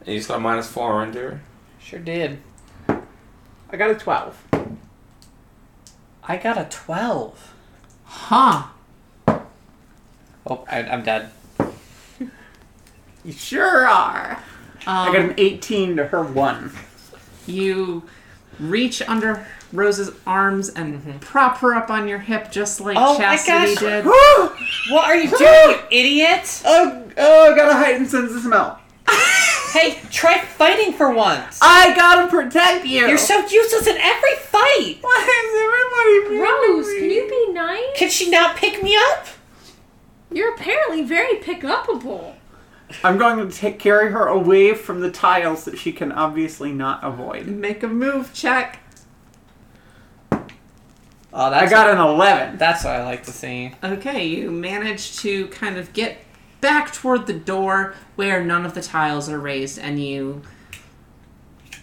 F: You just got a minus four on endure.
D: Sure did.
C: I got a 12.
D: I got a 12.
E: Huh.
D: Oh, I, I'm dead.
C: You sure are. I got an 18 to her 1.
E: You reach under Rose's arms and prop her up on your hip just like
D: Mm-hmm. Oh my
E: Chastity
D: gosh.
E: did.
D: What are you doing, you idiot?
C: Oh, oh, I got a heightened sense of smell.
D: Hey, try fighting for once.
C: I gotta protect you.
D: You're so useless in every fight.
C: Why is everybody mean to
G: Rose,
C: me?
G: can you be nice?
D: Um, Can she not pick me up?
G: You're apparently very pick upable.
C: I'm going to ta- carry her away from the tiles that she can obviously not avoid.
E: Make a move check.
D: Oh,
C: I
D: that's
C: got an 11.
D: That's what I like to see.
E: Okay, you manage to kind of get back toward the door where none of the tiles are raised and you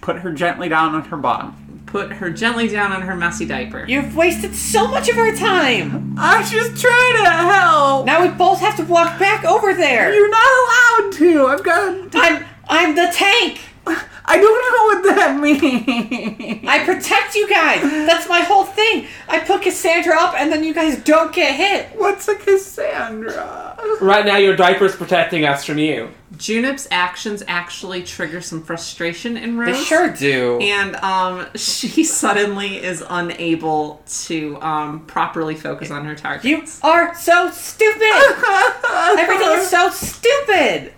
C: Put her gently down on her bottom.
E: put her gently down on her messy diaper.
D: You've wasted so much of our time.
C: I was just Ah, trying to help.
D: Now we both have to walk back over there.
C: You're not allowed to. I've got. To,
D: I'm I'm the tank.
C: I don't know what that means.
D: I protect you guys. That's my whole thing. I put Cassandra up, and then you guys don't get hit.
C: What's a Cassandra?
F: Right now, your diaper's protecting us from you.
E: Junip's actions actually trigger some frustration in Rose.
D: do.
E: And um, she suddenly is unable to um, properly focus on her target.
D: You are so stupid. Everything is so stupid.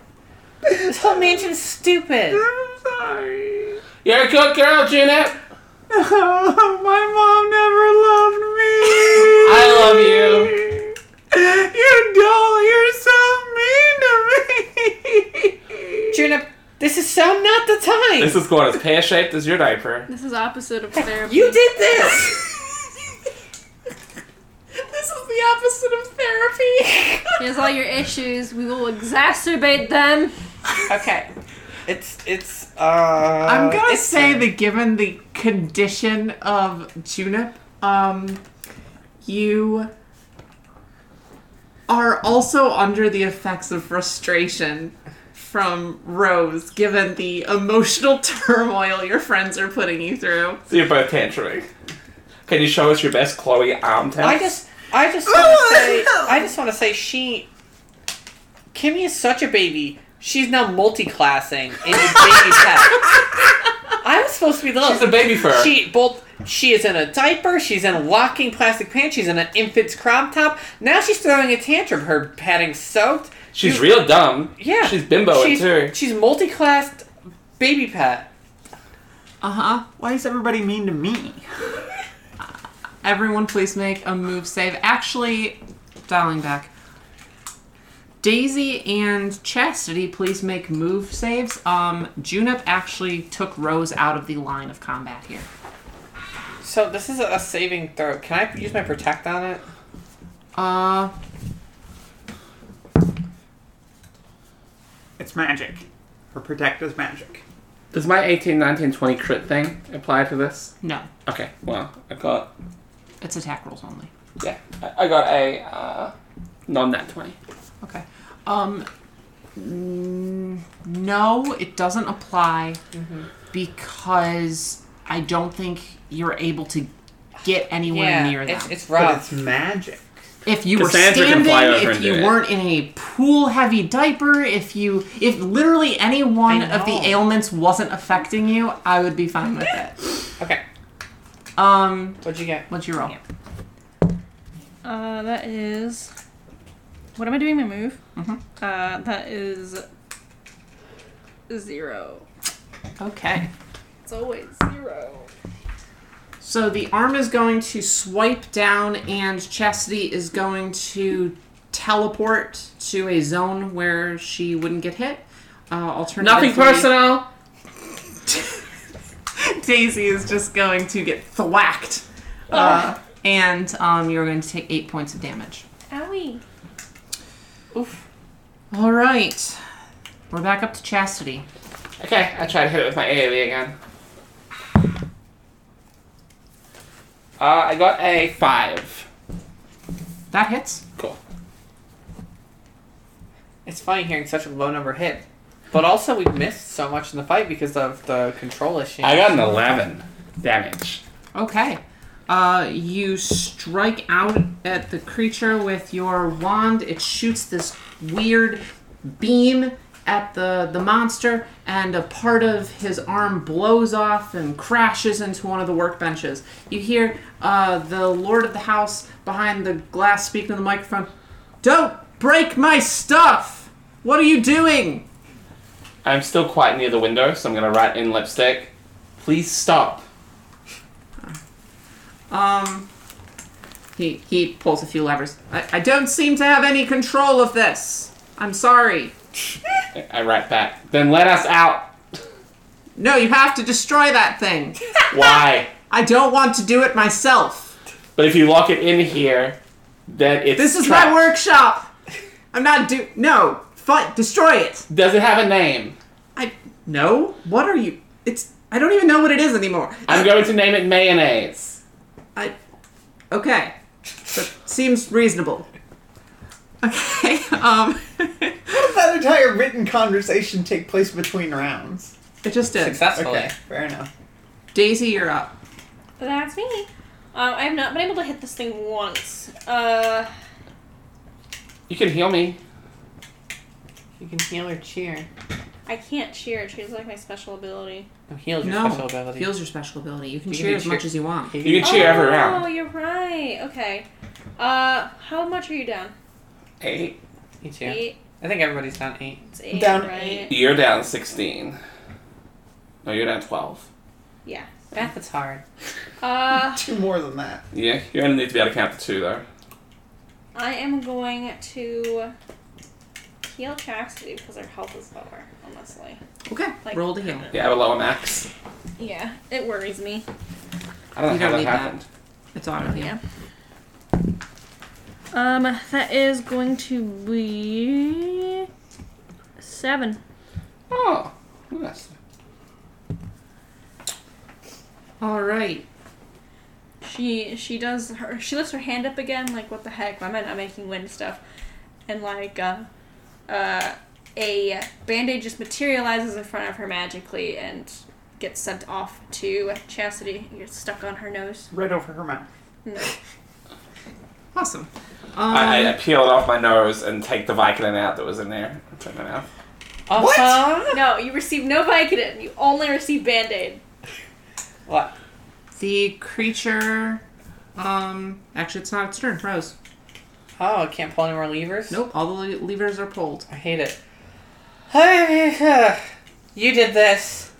D: This whole mansion's stupid.
C: I'm sorry.
F: You're a good girl, Junip.
C: my mom never loved me. I
F: love you.
C: You don't. You're so mean to me.
D: Junip, this is so not the time.
F: This is going as pear shaped as your diaper.
G: This is opposite of therapy.
D: you did this.
E: This is the opposite of therapy.
G: Here's all your issues. We will exacerbate them.
D: okay. It's it's. Uh,
E: I'm gonna
D: it's
E: say
D: fine.
E: that given the condition of Junip, um, you are also under the effects of frustration from Rose, given the emotional turmoil your friends are putting you through.
F: So you're both tantruming. Can you show us your best Chloe arm test?
D: I just I just want
F: Oh,
D: to say I just want to say she Kimmy is such a baby. She's now multi-classing in a baby pet. I was supposed to be the
F: She's a baby fur.
D: She both she is in a diaper, she's in locking plastic pants, she's in an infant's crop top. Now she's throwing a tantrum, her padding soaked.
F: She's
D: You-
F: real dumb.
D: Yeah.
F: She's bimbo
D: she's,
F: too.
D: She's multi-classed baby pet.
E: Uh huh.
C: Why is everybody mean to me?
E: Everyone, please make a move save. Actually, dialing back. Daisy and Chastity, please make move saves. Um, Junip actually took Rose out of the line of combat here.
D: So this is a a saving throw. Can I use my protect on it?
E: Uh,
C: It's magic. Her protect is magic.
F: Does my 18, 19, 20 crit thing apply to this?
E: no,
F: Okay, well, I got.
E: it's attack rolls only.
F: Yeah, I I got a uh, non nat 20.
E: Okay. Um, n- no, it doesn't apply because I don't think you're able to get anywhere near them.
D: it's, it's
C: But it's
D: rough.
C: magic.
E: if you were
F: Cassandra can
E: standing,
F: fly over
E: if
F: and
E: you
F: do it.
E: weren't in a pool heavy diaper, if you if literally any one of the
D: know.
E: ailments wasn't affecting you, I would be fine with it.
D: Okay,
E: Um
D: what'd you get?
E: what'd you roll?
G: Uh, that is. What am I doing? My move.
D: Mm-hmm.
G: Uh, that is zero.
E: Okay.
G: It's always zero.
E: So the arm is going to swipe down and Chastity is going to teleport to a zone where she wouldn't get hit. Uh, alternatively,
F: Nothing personal. Oh.
E: Daisy is just going to get thwacked uh, and um, you're going to take eight points of damage.
G: Owie.
D: Oof.
E: All right, we're back up to chastity.
F: Okay, I try to hit it with my AoE again. Uh, I got a five.
E: That hits.
F: Cool.
D: It's funny hearing such a low number hit. But also, we missed so much in the fight because of the control issue.
F: I got an eleven damage.
E: Okay. Uh, you strike out at the creature with your wand. It shoots this weird beam at the, the monster, and a part of his arm blows off and crashes into one of the workbenches. You hear uh, the lord of the house behind the glass speaking to the microphone Don't break my stuff! What are you doing?
F: I'm still quite near the window, so I'm gonna write in lipstick. Please stop.
E: Um, he he pulls a few levers. I, I don't seem to have any control of this. I'm sorry.
F: I- I write back. Then let us out.
E: No, you have to destroy that thing.
F: Why?
E: I don't want to do it myself.
F: But if you lock it in here, then it's
E: This is
F: trapped.
E: my workshop. I'm not do no. Fight, destroy it.
F: Does it have a name?
E: I no. What are you? It's I don't even know what it is anymore.
F: I'm going to name it mayonnaise.
E: I okay. That seems reasonable. Okay. Um.
C: Did that entire written conversation take place between rounds?
E: it just did.
D: Successfully.
C: Okay, fair enough.
E: Daisy, you're up.
G: That's me. Uh, I have not been able to hit this thing once. Uh,
F: You can heal me.
D: You can heal or cheer.
G: I can't cheer. Cheer's like my special ability.
D: No, heal's your
E: No,
D: special ability.
E: heals your special ability. You can
D: You can
E: cheer as
D: cheer-
E: much as you want.
D: You
F: You can cheer every
G: Oh,
F: round.
G: you're right. Okay. Uh, how much are you down?
F: Eight.
D: Me too.
G: Eight.
D: I think everybody's down eight.
G: It's eight.
C: Down
G: right?
C: eight.
F: You're down 16. No, you're down 12.
G: Yeah.
D: Math is hard.
G: Uh,
C: Two more than that.
F: Yeah, you only need to be able to count to two, though.
G: I am going to heal Chastity because her health is lower. Honestly.
E: Okay.
G: Like-
E: Roll to heal.
F: Yeah, I have a lower max.
G: Yeah, it worries me.
F: I don't know
E: You don't
F: how that
E: need that.
F: happened.
E: It's auto heal.
G: Yeah. Um, that is going to be seven.
F: Oh, nice.
E: All right.
G: She she does her she lifts her hand up again like what the heck why am I not making wind stuff, and like uh, uh, a band-aid just materializes in front of her magically and gets sent off to Chastity. and Gets stuck on her nose.
C: Right over her mouth.
G: No.
E: Awesome. Um,
F: I, I peel it off my nose and take the Vicodin out that was in there. Put it in my mouth.
D: What?
G: no, you receive no Vicodin. You only receive band aid.
D: What?
E: the creature. Um. Actually, it's not its turn. Rose.
D: Oh, I can't pull any more levers?
E: Nope. All the le- levers are pulled.
D: I hate it. Hey, you did this.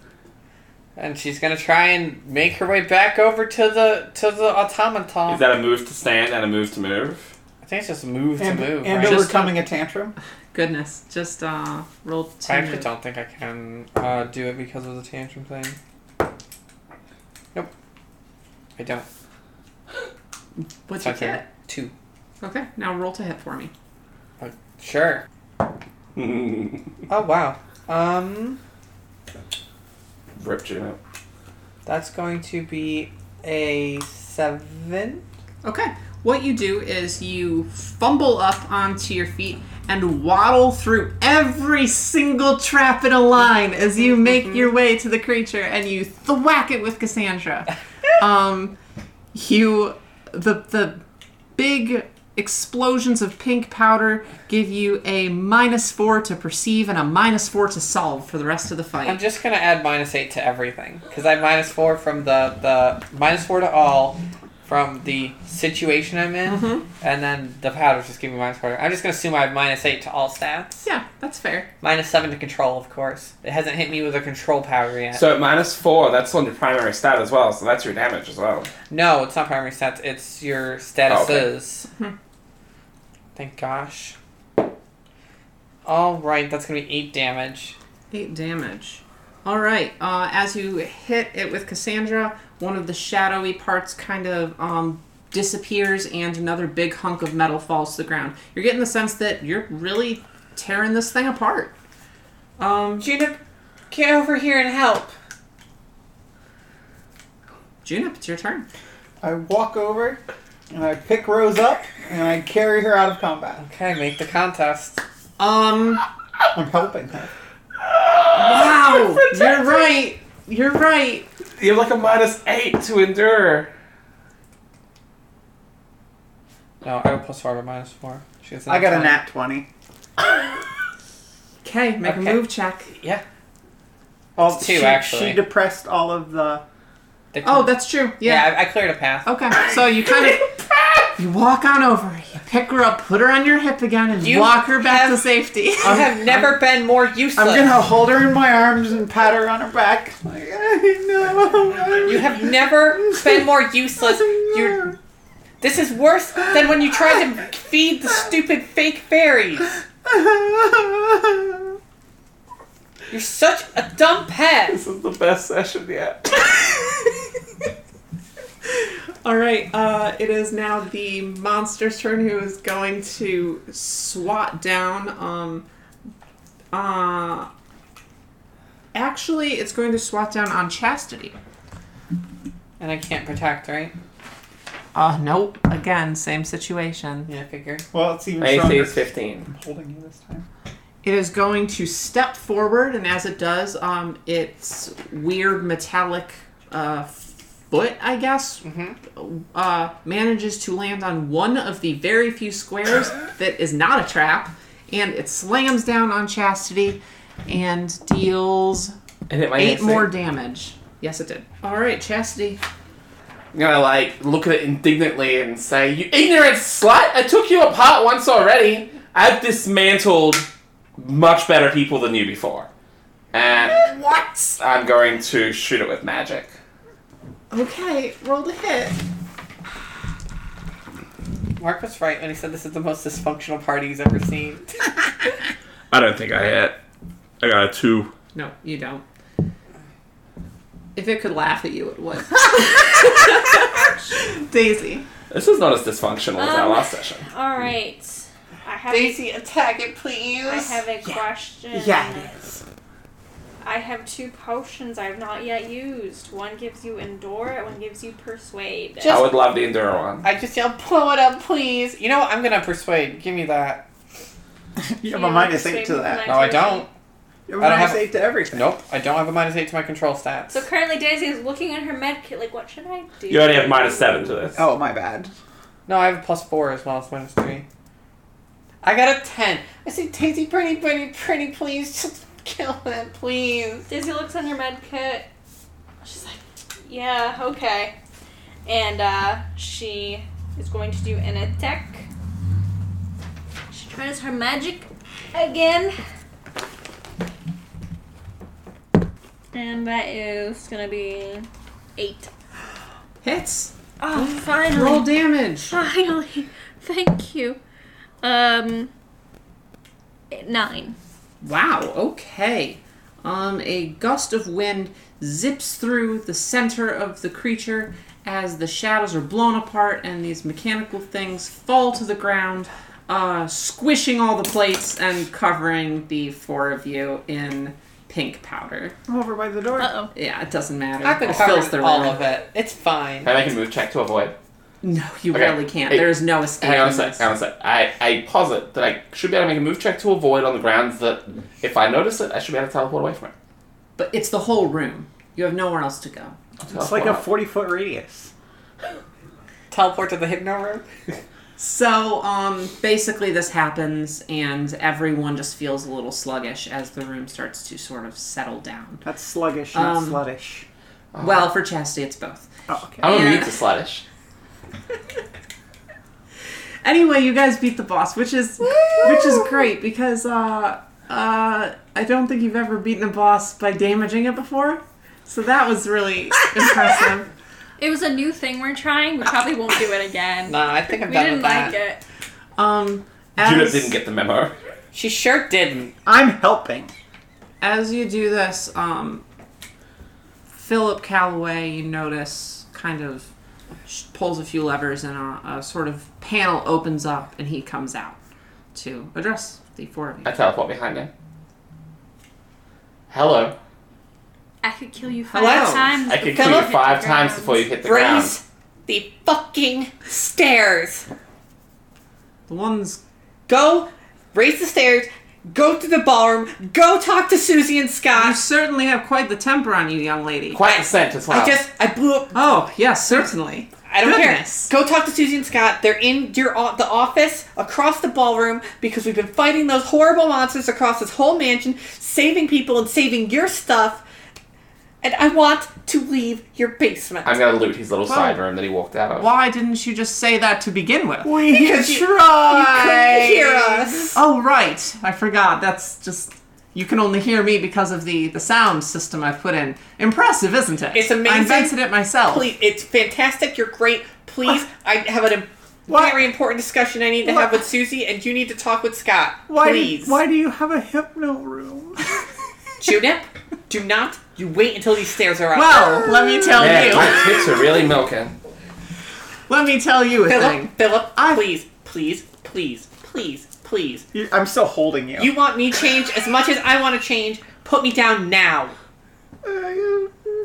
D: And she's gonna try and make her way back over to the to the automaton.
F: Is that a move to stand and a move to move?
D: I think it's just move
C: And,
D: to move,
C: and
D: right?
C: overcoming a tantrum.
E: Goodness. Just uh. Roll two.
D: I actually don't think I can uh, do it because of the tantrum thing. Nope. I don't.
E: What's
D: So I
E: your
D: can
E: hit?
D: two. Uh,
E: Okay. Now roll to hit for me.
D: Sure. Oh wow. Um
F: Ripped you out.
D: That's going to be a seven.
E: Okay. What you do is you fumble up onto your feet and waddle through every single trap in a line as you make your way to the creature and you thwack it with Cassandra. um, you the the big explosions of pink powder give you a minus four to perceive and a minus four to solve for the rest of the
D: I'm
E: fight.
D: just gonna add minus eight to everything because I have minus four from the the minus four to all from the situation I'm in, and then the powder's just giving me minus four. I'm just gonna assume I have minus eight to all stats.
E: yeah, that's fair.
D: Minus seven to control, of course. It hasn't hit me with a control powder yet.
F: So at minus four, that's on your primary stat as well, so that's your damage as well.
D: no, it's not primary stats. It's
C: Oh,
D: your statuses. Thank gosh. All right, that's gonna be eight damage.
E: Eight damage. All right. Uh, as you hit it with Cassandra, one of the shadowy parts kind of um, disappears and another big hunk of metal falls to the ground. You're getting the sense that you're really tearing this thing apart. Um,
D: Junip, get over here and help.
E: Junip, it's your turn.
C: I walk over and I pick Rose up and I carry her out of combat.
D: Okay, make the contest.
E: Um,
C: I'm helping her.
E: wow, you're right. You're right.
F: You have like a minus eight to endure.
D: No, I got plus four, but minus four. She gets
C: I got a
D: nat
C: nat 20.
E: Okay, make
D: Okay.
E: a move check.
C: All,
D: It's two,
C: she,
D: actually.
C: She depressed all of the.
D: twenty.
E: Oh, that's true.
D: yeah. Oh,
E: Yeah.
D: I, I cleared a path.
E: Okay, so you kind of you walk on over, you pick her up, put her on your hip again, and
D: You
E: walk her back
D: have-
E: to safety.
D: I have never been more useless.
C: I'm gonna hold her in my arms and pat her on her back. Like, I know.
D: You have never been more useless. You're. This is worse than when you tried to feed the stupid fake fairies. You're such a dumb pet.
F: This is the best session yet.
E: All right, uh, it is now the monster's turn, who is going to swat down. Um, uh, actually, it's going to swat down on Chastity.
D: And I can't protect, right?
E: Uh, nope. Again, same situation.
D: Yeah, I figure.
C: Well, it's even
F: AC
C: stronger.
F: is 15.
C: holding you this time.
E: It is going to step forward, and as it does, um, its weird metallic uh, foot, I guess, uh, manages to land on one of the very few squares that is not a trap, and it slams down on Chastity and deals
F: And it might
E: eight more damage. Yes, it did. All right, Chastity.
F: I'm gonna like look at it indignantly and say, "You ignorant slut! I took you apart once already. I've dismantled much better people than you before." And what? I'm going to shoot it with magic.
E: Okay, roll to hit.
D: Mark was right when he said this is the most dysfunctional party he's ever seen.
F: I don't think I hit. I got a two.
E: No, you don't. If it could laugh at you, it would. Daisy.
F: This is not as dysfunctional as our
G: Um,
F: last session.
G: All right. I have
D: Daisy, attack it, please.
G: I have a question.
C: Yeah, it is.
G: I have two potions I have not yet used. One gives you endure, and one gives you persuade.
D: Just-
F: I would love the enduro one.
D: I just yelled, blow it up, please. You know what? I'm gonna persuade. Give me that.
C: You
G: You
C: have
G: know,
C: a minus
G: persuade
C: eight to
G: me
C: that.
G: when
D: No, I
G: take it.
D: don't.
C: You have
D: I
C: a
D: don't
C: minus
D: have-
C: eight to everything.
D: Nope, I don't have a minus eight to my control stats.
G: So currently Daisy is looking at her med kit like, what should I do?
F: You already have minus seven to this.
C: Oh, my bad.
D: No, I have a plus four as well as minus three. I got a ten. I said, Daisy, pretty, pretty, pretty, please, just kill it, please.
G: Daisy looks on her med kit. She's like, yeah, okay. And uh, she is going to do an attack. She tries her magic again. And that is gonna be eight.
E: Hits.
G: Oh, finally.
E: Roll damage.
G: Finally. Thank you. Um, nine.
E: Wow, okay. Um, a gust of wind zips through the center of the creature as the shadows are blown apart and these mechanical things fall to the ground, uh, squishing all the plates and covering the four of you in pink powder.
C: I'm over by the door.
G: Uh oh.
E: Yeah, it doesn't matter.
D: I could
E: It
D: cover
E: fills the
D: all
E: room.
D: of it. It's fine.
F: Can I make a move check to avoid?
E: No, you
F: Okay.
E: really can't.
F: Hey,
E: there is no escape.
F: Hang on a
E: from
F: sec,
E: this.
F: hang on a sec. I, I posit that I should be able to make a move check to avoid on the grounds that if I notice it, I should be able to teleport away from it.
E: But it's the whole room. You have nowhere else to go.
C: It's like a 40 foot radius.
D: Teleport to the hypno room.
E: So, um, basically, this happens, and everyone just feels a little sluggish as the room starts to sort of settle down.
C: That's sluggish, not
E: Um,
C: sluttish.
E: Well, for Chastity, it's both.
C: Oh, okay.
F: I'm immune
E: Yeah.
F: to sluttish.
E: Anyway, you guys beat the boss, which is which is great because uh, uh, I don't think you've ever beaten a boss by damaging it before. So that was really impressive.
G: It was a new thing we're trying. We probably won't do it again.
D: Nah, Uh, I think I'm
G: we
D: done
G: didn't
D: with that.
G: like it.
E: Um,
F: Judith
E: as-
F: didn't get the memo.
D: She sure didn't.
C: I'm helping.
E: as you do this, um, Philip Calloway, you notice kind of sh- pulls a few levers, and a, a sort of panel opens up, and he comes out to address the four of you.
F: I teleport behind him. Hello.
G: I could kill you five
B: Hello.
G: times.
F: I could
G: before
F: kill you
G: hit the
F: five times
G: ground.
F: before you hit the ground.
B: Raise the fucking stairs.
E: The one's
B: Go raise the stairs. Go to the ballroom. Go talk to Susie and
E: you
B: Scott.
E: certainly have quite the temper on you, young lady.
F: Quite the scent as well.
B: I just I blew up.
E: Oh yes, certainly.
B: I don't
E: Goodness.
B: care. Go talk to Susie and Scott. They're in your o- the office across the ballroom because we've been fighting those horrible monsters across this whole mansion, saving people and saving your stuff. And I want to leave your basement.
F: I'm gonna loot his little
E: Well,
F: side room that he walked out of.
E: Why didn't you just say that to begin with?
C: We can
B: couldn't
C: try.
B: hear us.
E: Oh right, I forgot. That's just you can only hear me because of the the sound system I've put in. Impressive, isn't it?
B: It's amazing.
E: I invented it myself.
B: Please, it's fantastic. You're great. Please, I have a
C: What?
B: very important discussion I need to have with Susie, and you need to talk with Scott.
C: Why,
B: Please,
C: why do you have a hypno room?
B: Junip? Do not. You wait until these stairs are up.
E: Well, Oh, let me tell
F: Man,
E: you.
F: my tits are really milking.
E: Let me tell you a
B: Philip,
E: thing.
B: Philip,
E: I-
B: please, please, please, please, please.
C: You- I'm still holding you.
B: You want me change as much as I want to change. Put me down now.
C: Uh,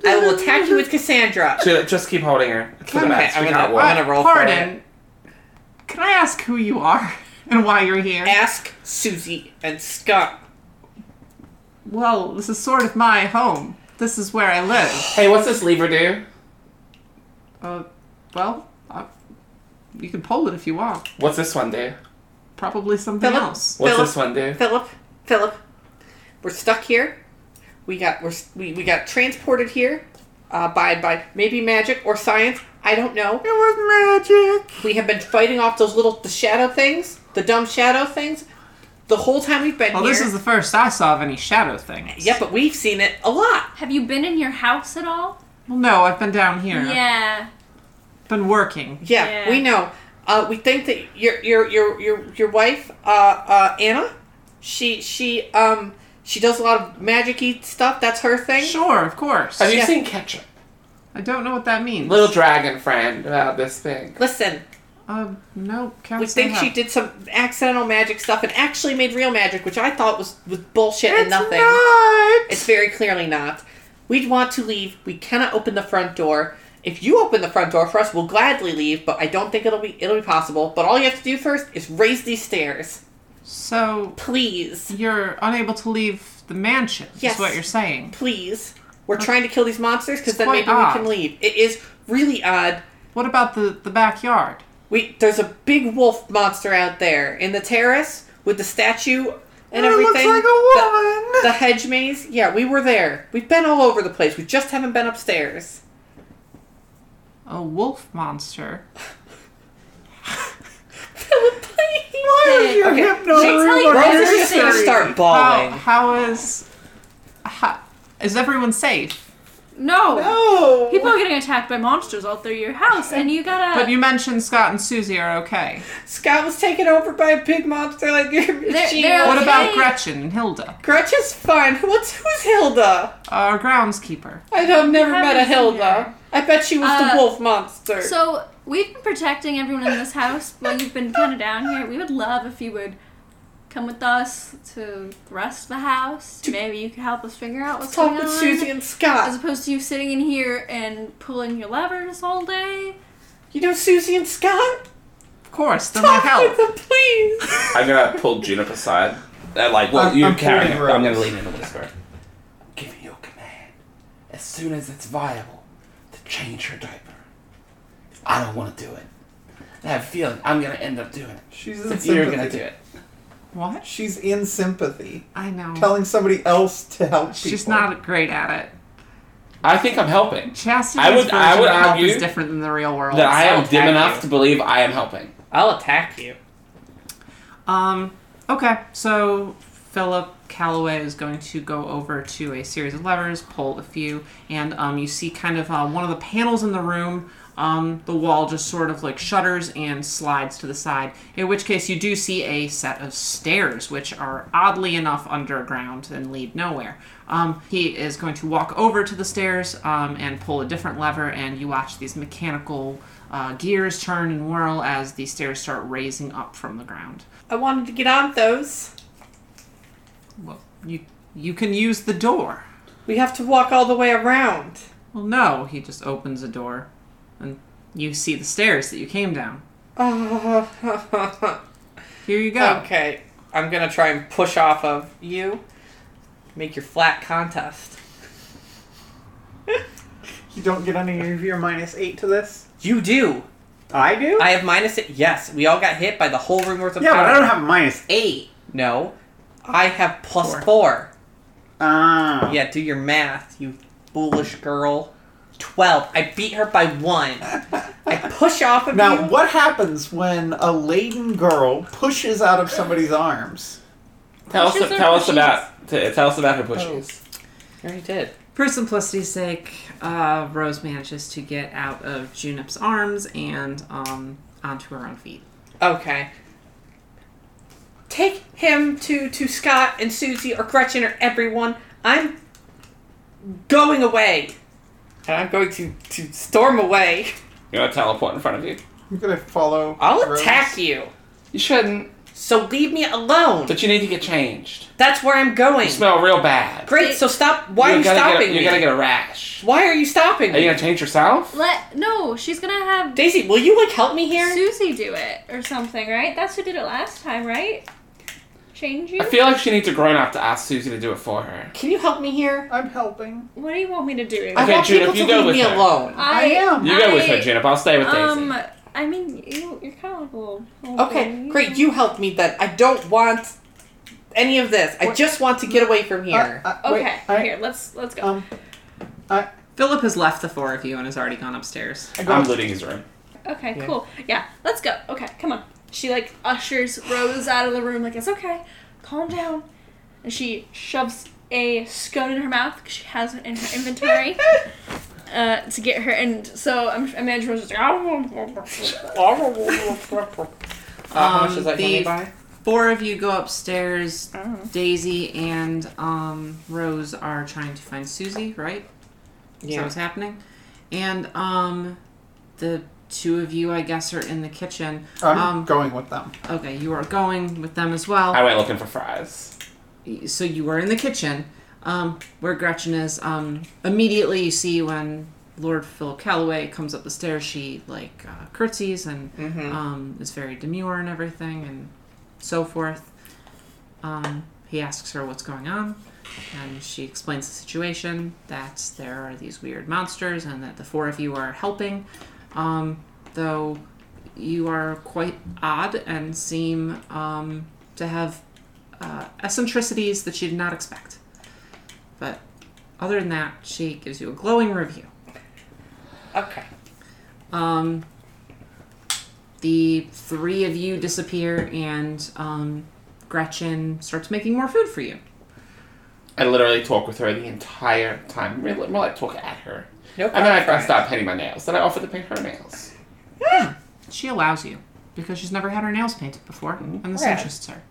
B: I will attack you with Cassandra.
F: Ju- Just keep holding her. It's for the best. We can't walk.
B: roll
E: Pardon. Can I ask who you are and why you're here?
B: Ask Susie and Scott.
E: well, this is sort of my home. This is where I live.
F: Hey, what's this lever do?
E: Uh, well, I, you can pull it if you want.
F: What's this one do?
E: Probably something
B: Philip?
E: else.
F: What's
B: Philip.
F: this one do?
B: Philip, Philip, we're stuck here. We got we're, we we got transported here uh, by by maybe magic or science. I don't know.
C: it was magic.
B: We have been fighting off those little the shadow things, the dumb shadow things, the whole time we've been
E: Well,
B: here.
E: this is the first I saw of any shadow thing.
B: yeah, but we've seen it a lot.
G: Have you been in your house at all?
E: Well, no, I've been down here.
G: Yeah.
E: Been working.
B: Yeah,
G: Yeah.
B: we know. Uh, we think that your your your your your wife, uh, uh, Anna, she she um she does a lot of magic-y stuff. That's her thing.
E: Sure, of course.
F: Have you
B: Yeah.
F: seen ketchup?
E: I don't know what that means.
F: Little dragon friend about this big.
B: Listen,
E: Um, no, counts
B: we think
E: not.
B: she did some accidental magic stuff and actually made real magic, which I thought was was bullshit and nothing.
C: Not.
B: It's very clearly not. We'd want to leave. We cannot open the front door. If you open the front door for us, we'll gladly leave, but I don't think it'll be it'll be possible. But all you have to do first is raise these stairs.
E: So
B: Please.
E: you're unable to leave the mansion.
B: Yes.
E: Is what you're saying.
B: Please. We're trying to kill these monsters because
E: It's
B: then
E: quite
B: maybe
E: odd.
B: we can leave. It is really odd.
E: What about the the backyard?
B: We there's a big wolf monster out there in the terrace with the statue and
C: It looks
B: everything.
C: like a
B: The-
C: woman.
B: the hedge maze. Yeah, we were there. We've been all over the place. We just haven't been upstairs.
E: A wolf monster.
C: Why is your
B: Okay.
C: hypno
B: She's
C: room
G: telling
C: under your
G: Rose to
B: Rosa's just gonna
G: Scary.
B: start
E: How,
B: bawling.
D: Oh.
E: how is how, is everyone safe?
G: No.
C: No.
G: People are getting attacked by monsters all through your house, and you gotta.
E: But you mentioned Scott and Susie are okay.
B: Scott was taken over by a big monster like she
G: they're-
B: was.
E: What
G: Okay.
E: about Gretchen and Hilda,
B: Gretchen's fine. What's who's Hilda?
E: our groundskeeper?
B: I don't never met
G: haven't
B: a
G: seen
B: Hilda.
G: her.
B: I bet she was
G: Uh,
B: the wolf monster.
G: So we've been protecting everyone in this house while you've been kind of down here. We would love if you would come with us to the rest of the house. Maybe you could help us figure out what's
B: Talk
G: going
B: with
G: on.
B: Susie and
G: As
B: Scott.
G: opposed to you sitting in here and pulling your levers all day.
B: You know Susie and Scott?
E: Of course, they're my
B: Talk with
E: help.
B: them, please.
F: I'm gonna pull Juniper aside. Uh, like, well,
C: I'm-
F: you
C: I'm
F: carry
C: pulling
F: her. I'm
C: Rose.
F: gonna lean in and whisper. Give me your command as soon as it's viable to change her diaper. I don't want to do it. I have a feeling I'm gonna end up doing it.
C: She's in
F: Since
C: sympathy.
F: you're gonna do it.
E: What?
C: She's in sympathy,
E: I know.
C: telling somebody else to help people.
E: She's not great at it.
F: I think I'm helping.
E: Chastity's
F: I would-
E: version
F: I would
E: of help
F: argue
E: is different than the real world.
F: That I am
B: attack
F: dim enough
B: you.
F: to believe I am helping.
B: I'll attack you.
E: Um, okay, so Philip Calloway is going to go over to a series of levers, pull a few, and um, you see kind of uh, one of the panels in the room Um, the wall just sort of like shudders and slides to the side. In which case, you do see a set of stairs, which are oddly enough underground and lead nowhere. Um, he is going to walk over to the stairs um, and pull a different lever, and you watch these mechanical uh, gears turn and whirl as the stairs start raising up from the ground.
D: I wanted to get on those.
E: Well, you you can use the door.
D: We have to walk all the way around.
E: Well, no, he just opens a door, and you see the stairs that you came down.
D: Oh,
E: Here you go.
D: Okay, I'm gonna try and push off of you. Make your flat contest.
C: You don't get any of your minus eight to this.
D: You do.
C: I do.
D: I have minus it. Yes, we all got hit by the whole room worth of
C: yeah,
D: power.
C: but I don't have a minus eight.
D: No, I have plus
E: Four.
D: four.
C: Ah.
D: Yeah, do your math, you foolish girl. Twelve. I beat her by one. I push off of
C: Now,
D: you.
C: what happens when a laden girl pushes out of somebody's arms?
F: Tell us,
G: Pushes or
F: tell us
G: pushies?
F: about t- tell us about her pushies.
D: I already did.
E: For simplicity's sake, uh, Rose manages to get out of Junip's arms and um, onto her own feet.
D: Okay. Take him to to Scott and Susie or Gretchen or everyone. I'm going away. And I'm going to to storm away.
F: You want to teleport in front of you?
C: I'm gonna follow.
D: I'll attack you.
F: You shouldn't.
D: So leave me alone.
F: But you need to get changed.
D: That's where I'm
F: You
D: going.
F: smell real bad.
D: Great. So stop. Why are
F: You're
D: you
F: gonna get a-
D: stopping
F: You're
D: me?
F: gonna get a rash.
D: Why are you stopping
F: Are
D: me?
F: you gonna change yourself?
G: Let no, she's gonna have
D: Daisy, will you like help me here?
G: Susie do it or something, right? That's who did it last time, right? Change you?
F: I feel like she needs a grown up to ask Susie to do it for her.
D: Can you help me here?
C: I'm helping.
G: what do you want me to do?
D: I
F: Okay,
D: want
F: Judith,
D: people
F: you
D: to
F: go
D: leave
F: with
D: me
F: her.
D: alone.
G: I
C: am.
F: You go with
G: I-
F: her, Jennifer. I'll stay with Daisy.
G: Um, I mean, you, you're kind of like a little. little
D: Okay,
G: boy.
D: great. You help me then. I don't want any of this. I
C: What-
D: just want to get away from here.
C: I- I- wait,
G: Okay,
C: I-
G: here, let's let's go.
C: Um, I,
E: Philip has left the four of you and has already gone upstairs.
C: I
F: I'm
C: go.
F: looting his room.
G: okay,
D: yeah.
G: cool. Yeah, let's go. Okay, come on. She like ushers Rose out of the room, like it's okay, calm down, and she shoves a scone in her mouth because she has it in her inventory. Uh, to get her, and so I'm, I imagine Rose is like, "Ah,
D: Uh, how much
E: Um,
D: is that
E: the-
D: money by?
E: Four of you go upstairs.
G: Oh.
E: Daisy and um, Rose are trying to find Susie, right? Is that
D: Yeah.
E: what's happening? And um, the two of you, I guess, are in the kitchen.
C: I'm
E: Um,
C: going with them.
E: okay, you are going with them as well.
F: I went looking for fries.
E: so you were in the kitchen um, where Gretchen is. Um, immediately, you see when Lord Phil Calloway comes up the stairs, she like uh, curtsies and um, is very demure and everything and so forth. Um, he asks her what's going on, and she explains the situation that there are these weird monsters and that the four of you are helping. Um, though you are quite odd and seem um, to have uh, eccentricities that she did not expect. But other than that, she gives you a glowing review.
D: Okay.
E: Um, the three of you disappear, and um, Gretchen starts making more food for you.
F: I literally talk with her the entire time. More like- more like talk at her.
D: No
F: And then I
D: problem.
F: I start painting my nails. Then I offer to paint her nails.
E: She allows you because she's never had her nails painted before, and this
D: Rad.
E: interests her.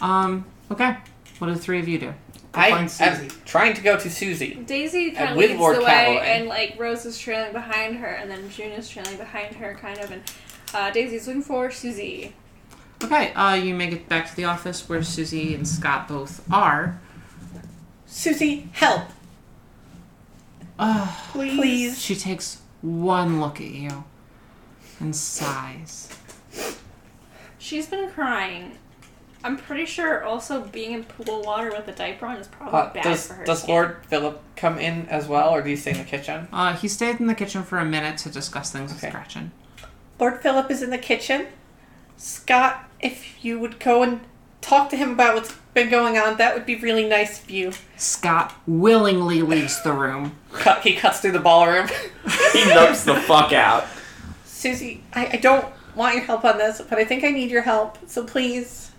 E: Um, okay. What do the three of you do?
D: I
C: find Susie.
D: am trying to go to Susie.
G: Daisy kind of
D: with
G: leads
D: Lord
G: the way,
D: Calloway.
G: and like Rose is trailing behind her, and then June is trailing behind her, kind of. And uh, Daisy's looking for Susie.
E: Okay, uh, you make it back to the office where Susie and Scott both are.
D: Susie, help,
E: Ugh.
D: please.
E: Ah, She takes one look at you and sighs.
G: She's been crying. I'm pretty sure also being in pool water with a diaper on is probably
D: Uh,
G: bad
D: does
G: for her.
D: does
G: skin.
D: Lord Philip come in as well, or do you stay in the kitchen?
E: Uh, he stayed in the kitchen for a minute to discuss things
D: Okay.
E: with Gretchen.
D: Lord Philip is in the kitchen. Scott, if you would go and talk to him about what's been going on, that would be really nice of you.
E: Scott willingly leaves the room.
D: Cut, he cuts through the ballroom.
F: He nopes the fuck out.
D: Susie, I, I don't want your help on this, but I think I need your help, so please.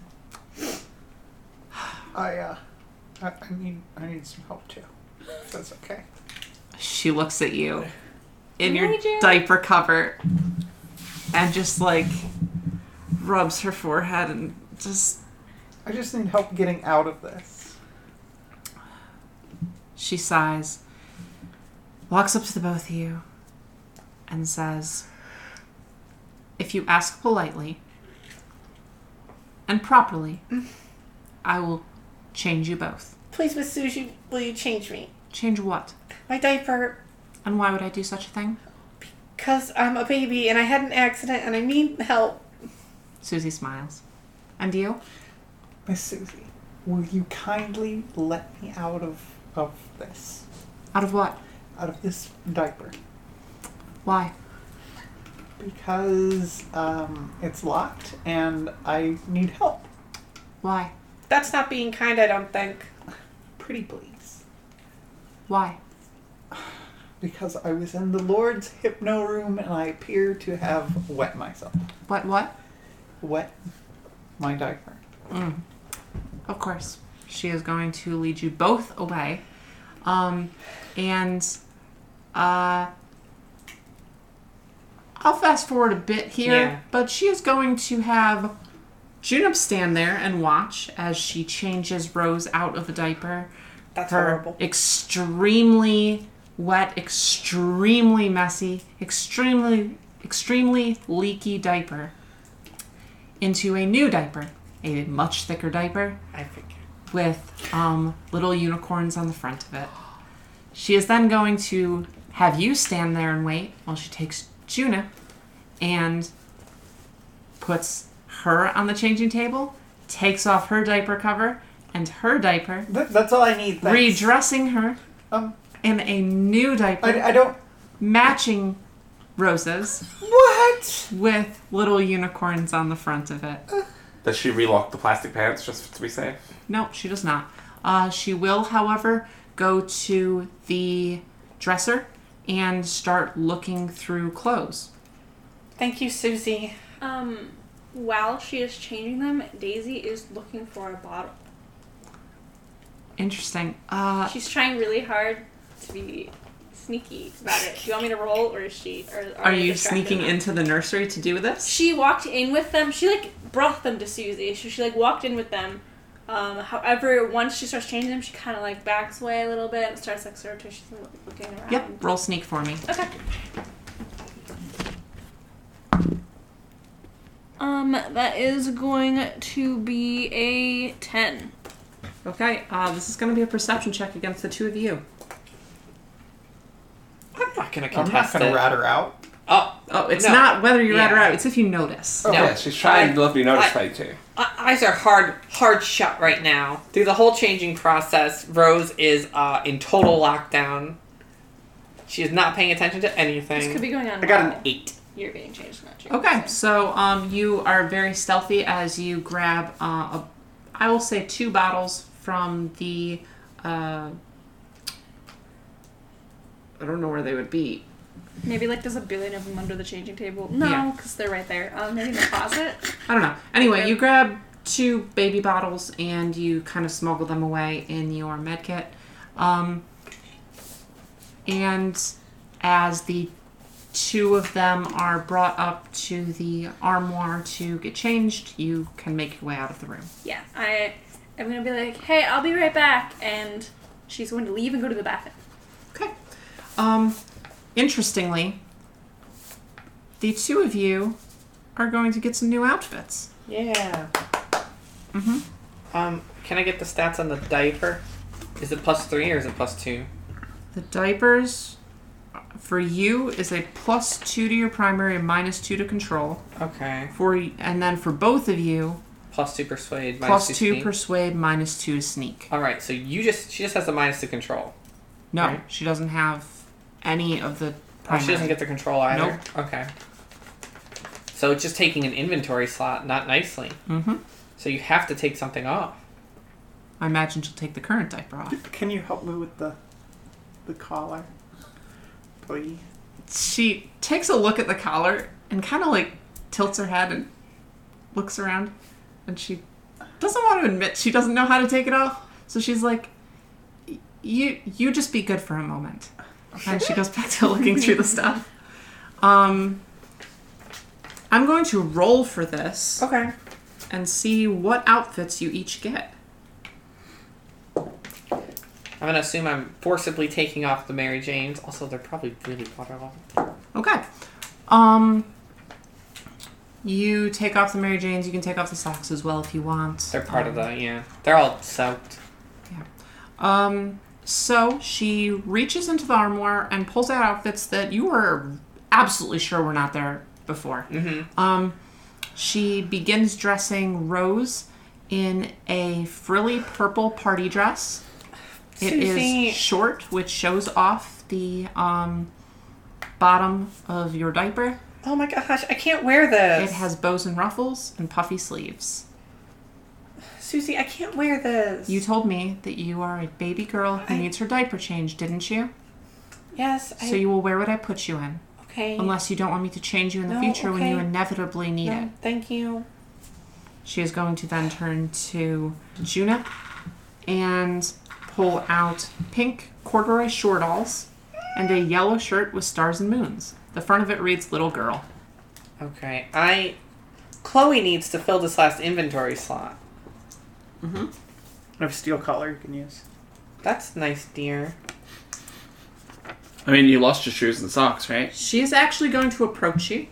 C: I uh, I, I need I need some help too. If that's okay.
E: She looks at you in
G: Really,
E: your
G: Jared?
E: diaper cover and just like rubs her forehead and just
C: I just need help getting out of this.
E: she sighs, walks up to the both of you, and says, If you ask politely and properly, I will change you both.
D: Please, Miss Susie, will you change me?
E: Change what?
D: My diaper,
E: And why would I do such a thing?
D: because I'm a baby and I had an accident and I need help.
E: Susie smiles. And you?
C: Miss Susie, will you kindly let me out of of this?
E: Out of what?
C: Out of this diaper.
E: Why?
C: Because um, it's locked and I need help.
E: Why?
D: That's not being kind, I don't think.
C: Pretty please.
E: Why?
C: Because I was in the Lord's hypno room and I appear to have wet myself.
E: What? What?
C: Wet my diaper.
E: Of course. She is going to lead you both away. Um, and uh, I'll fast forward a bit here,
B: Yeah.
E: but she is going to have Junip stand there and watch as she changes Rose out of the diaper.
D: That's
E: Her
D: horrible.
E: extremely wet, extremely messy, extremely, extremely leaky diaper into a new diaper, a much thicker diaper
D: I figure.
E: with um, little unicorns on the front of it. She is then going to have you stand there and wait while she takes Juna and puts her on the changing table, takes off her diaper cover and her diaper,
C: That, that's all I need. Thanks.
E: redressing her
C: Um,
E: in a new diaper,
C: I, I don't.
E: matching roses
C: What?
E: with little unicorns on the front of it.
F: Does she relock the plastic pants just to be safe?
E: No, she does not. Uh, she will, however, er, go to the dresser and start looking through clothes.
D: Thank you, Susie.
G: Um, while she is changing them, Daisy is looking for a bottle.
E: Interesting. Uh,
G: She's trying really hard to be sneaky about it. Do you want me to roll, or is she? Or
E: are
G: we
E: you
G: distracted
E: sneaking
G: now?
E: into the nursery to do this?
G: She walked in with them. She like brought them to Susie. So she like walked in with them. Um, however, once she starts changing them, she kind of like backs away a little bit and starts like surreptitiously looking around.
E: Yep, roll sneak for me.
G: Okay. Um, that is going to be a ten.
E: Okay, uh, this is going to be a perception check against the two of you.
B: I'm not gonna
C: I'm not
B: contest
C: gonna
B: it.
C: rat her out.
B: oh,
E: Oh, it's
B: No.
E: not whether you're out or
B: Yeah.
E: out, it's if you notice.
B: No.
F: Yeah, she's trying to let me notice
B: I-
F: by too.
B: uh, eyes are hard, hard shut right now. Through the whole changing process, Rose is uh, in total lockdown. She is not paying attention to
G: This could
B: anything.
G: be going on.
C: I got an
G: while.
C: eight.
G: You're being changed, not you.
E: Okay, so um, you are very stealthy as you grab, uh, a, I will say, two bottles from the. Uh, I don't know where they would be.
G: Maybe like there's a billion of them under the changing table. No,
E: Yeah.
G: because they're right there. Um, maybe in the closet.
E: I don't know. Anyway,
G: Okay.
E: you grab two baby bottles and you kind of smuggle them away in your med kit. Um, and as the two of them are brought up to the armoire to get changed, you can make your way out of the room.
G: Yeah, I am gonna be like, hey, I'll be right back, and she's going to leave and go to the bathroom.
E: Okay. Um, interestingly, the two of you are going to get some new outfits.
B: Yeah. Mm-hmm. Um, can I get the stats on the diaper? Is it plus three or is it plus two?
E: The diapers uh, for you is a plus two to your primary and minus two to control.
B: Okay.
E: For y- and then for both of you,
B: Plus two persuade. minus
E: plus two
B: sneak.
E: persuade, minus two to sneak.
B: All right, so you just she just has the minus to control.
E: No,
B: Right.
E: she doesn't have any of the.
B: Oh, she doesn't
E: primary.
B: get the control either. Okay. So it's just taking an inventory slot, not nicely.
E: Mhm.
B: So you have to take something off.
E: I imagine she'll take the current diaper off.
C: Can you help me with the the collar, please?
E: She takes a look at the collar and kind of like tilts her head and looks around, and she doesn't want to admit she doesn't know how to take it off. So she's like, "Y- "You, you just be good for a moment." and she goes back to looking through the stuff. Um, I'm going to roll for this
B: Okay.
E: and see what outfits you each get.
D: I'm gonna assume I'm forcibly taking off the Mary Janes. Also, they're probably really water level.
E: Okay. Um, you take off the Mary Janes. You can take off the socks as well if you want.
D: They're part
E: Oh.
D: of the yeah. They're all soaked.
E: Um, so she reaches into the armoire and pulls out outfits that you were absolutely sure were not there before. Mm-hmm. Um, she begins dressing Rose in a frilly purple party dress. It is
D: Susie.
E: short, which shows off the um, bottom of your diaper.
B: Oh my gosh, I can't wear this.
E: It has bows and ruffles and puffy sleeves.
B: Susie, I can't wear this.
E: You told me that you are a baby girl who needs her diaper changed, didn't you?
B: yes, I
E: So you will wear what I put you in.
B: okay.
E: Unless you don't want me to change you in the
B: No,
E: future when you
B: okay.
E: inevitably need it.
B: No, thank you.
E: She is going to then turn to Juna and pull out pink corduroy shortalls and a yellow shirt with stars and moons. The front of it reads Little Girl.
D: Okay, I. Chloe needs to fill this last inventory slot.
C: I have a steel collar you can use.
D: That's nice, dear.
F: I mean, you lost your shoes and socks, right?
E: She is actually going to approach you.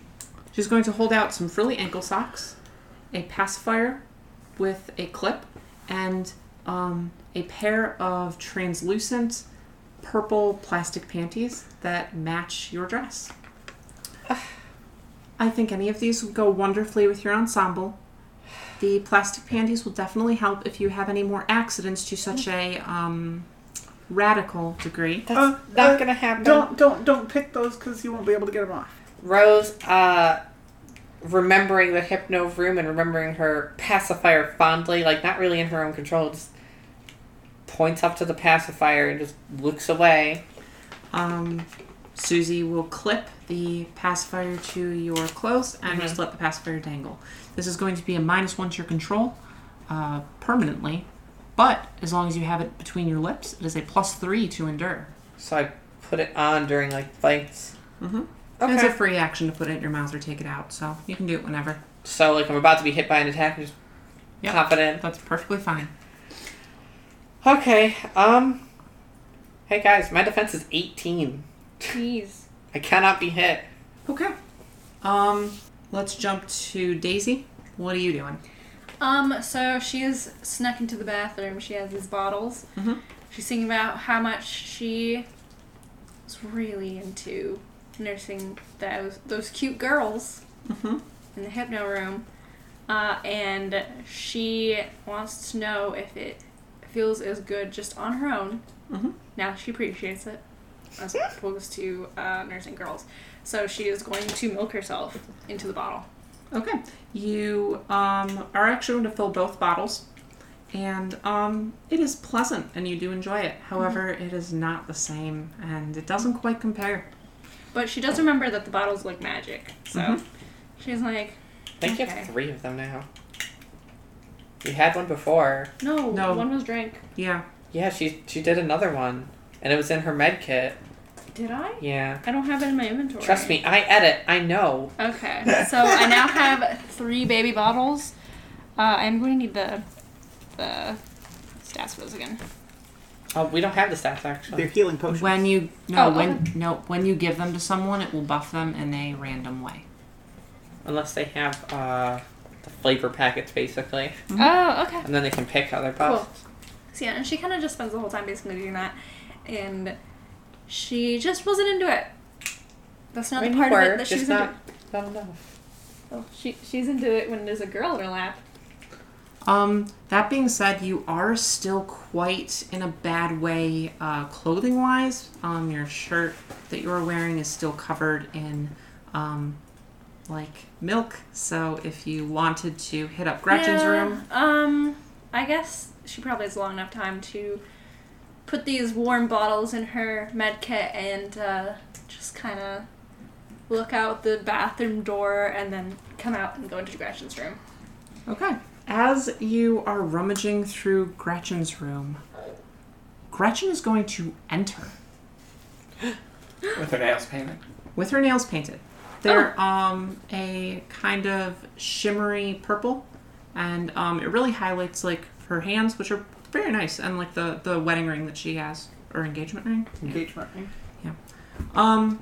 E: She's going to hold out some frilly ankle socks, a pacifier with a clip, and um, a pair of translucent purple plastic panties that match your dress. I think any of these would go wonderfully with your ensemble. The plastic panties will definitely help if you have any more accidents to such a um, radical degree.
B: That's
C: Uh,
B: not
C: uh,
B: gonna happen.
C: Don't don't don't pick those because you won't be able to get them off.
D: Rose, uh, remembering the hypno room and remembering her pacifier fondly, like not really in her own control, just points up to the pacifier and just looks away.
E: Um, Susie will clip the pacifier to your clothes and just let the pacifier dangle. This is going to be a minus one to your control uh, permanently, but as long as you have it between your lips, it is a plus three to endure.
D: So I put it on during like fights.
C: Mm-hmm.
E: And It's
D: Okay.
E: a free action to put it in your mouth or take it out, so you can do it whenever.
D: So like I'm about to be hit by an attack, I just
E: Yeah.
D: pop it in.
E: That's perfectly fine.
D: Okay. Um. Hey guys, my defense is 18.
G: Jeez.
D: I cannot be hit.
E: Okay. Um, let's jump to Daisy. What are you doing?
G: Um, so she has snuck into the bathroom. She has these bottles.
E: Mhm.
G: She's thinking about how much she was really into nursing those those cute girls
E: Mhm.
G: in the hypno room, uh, and she wants to know if it feels as good just on her own.
E: Mhm.
G: Now she appreciates it as opposed to uh, nursing girls. So she is going to milk herself into the bottle.
E: Okay. You um, are actually going to fill both bottles, and um, it is pleasant, and you do enjoy it. However, it is not the same, and it doesn't quite compare.
G: But she does remember that the bottle's like magic. So
D: Mm-hmm.
G: she's like,
D: I think you
G: Okay.
D: have three of them now. You had one before.
G: no,
E: No.
G: one was drank.
E: Yeah.
D: Yeah, she she did another one, and it was in her med kit.
G: Did I?
D: Yeah.
G: I don't have it in my inventory.
D: Trust me, I edit. I know.
G: Okay. So I now have three baby bottles. Uh, I'm going to need the the stats for those again.
D: Oh, we don't have the stats
C: They're
D: actually.
C: healing potions.
E: When you no
G: Oh,
E: when no when you give them to someone, it will buff them in a random way.
D: Unless they have uh, the flavor packets basically,
G: Oh, okay.
D: and then they can pick other buffs.
G: So yeah, and she kind of just spends the whole time basically doing that, and she just wasn't into it. That's not
D: I
G: the
D: mean,
G: part
D: you
G: of
D: were,
G: it that she was
D: just
G: into.
D: not. Not enough.
G: Oh, she she's into it when there's a girl in her lap.
E: Um, that being said, you are still quite in a bad way, uh, clothing wise. Um, your shirt that you are wearing is still covered in, um, like milk. So if you wanted to hit up Gretchen's
G: Yeah,
E: room,
G: Um, I guess she probably has a long enough time to put these warm bottles in her med kit and uh, just kind of look out the bathroom door and then come out and go into Gretchen's room.
E: okay. As you are rummaging through Gretchen's room, Gretchen is going to enter.
F: With her nails painted.
E: with her nails painted. They're
B: Oh.
E: um a kind of shimmery purple, and um it really highlights like her hands, which are very nice, and like the the wedding ring that she has or engagement ring.
C: Engagement ring.
E: Um,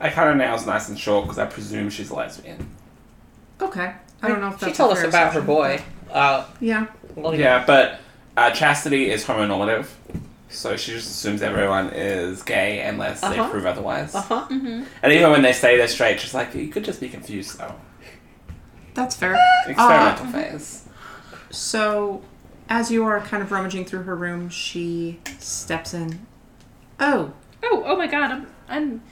F: I cut her nails nice and short because I presume she's a lesbian.
E: okay. I don't know if that's
B: She
E: a
B: told us
E: fair
B: about her
E: assumption.
B: boy. Uh,
E: Yeah,
B: well,
F: Yeah, but uh, chastity is homonormative, so she just assumes everyone is gay unless they
B: Uh-huh.
F: prove otherwise.
B: Uh-huh.
G: Mm-hmm.
F: And even when they say they're straight, she's like, you could just be confused though.
E: that's fair.
F: Experimental phase.
E: So, as you are kind of rummaging through her room, she steps in. Oh,
G: Oh, oh my god, I'm, I'm.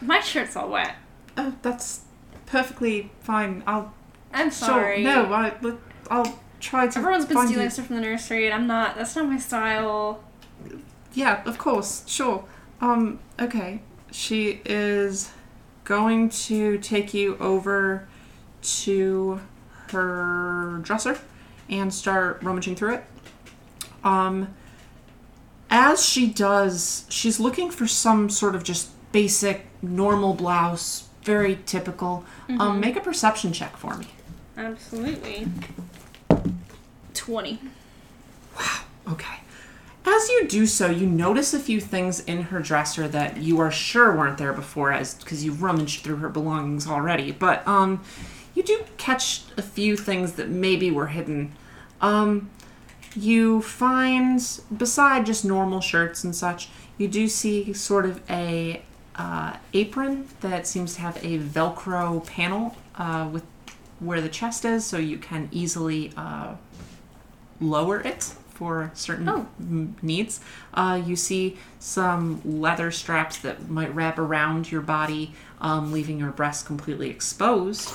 G: My shirt's all wet.
E: oh, that's perfectly fine. I'll
G: I'm
E: sure-
G: sorry.
E: no, I, let- I'll try to.
G: Everyone's been
E: find
G: stealing
E: you.
G: stuff from the nursery, and I'm not. That's not my style.
E: Yeah, of course, sure. Um, okay. She is going to take you over to her dresser and start rummaging through it. Um, as she does, she's looking for some sort of just basic, normal blouse, very typical. Um, make a perception check for me.
G: Absolutely. 20.
E: Okay. As you do so, you notice a few things in her dresser that you are sure weren't there before, as because you've rummaged through her belongings already. But um, you do catch a few things that maybe were hidden. Um, you find beside just normal shirts and such, you do see sort of a uh, apron that seems to have a Velcro panel uh, with where the chest is, so you can easily uh, lower it for certain
G: Oh.
E: m- needs. Uh, you see some leather straps that might wrap around your body, um, leaving your breast completely exposed.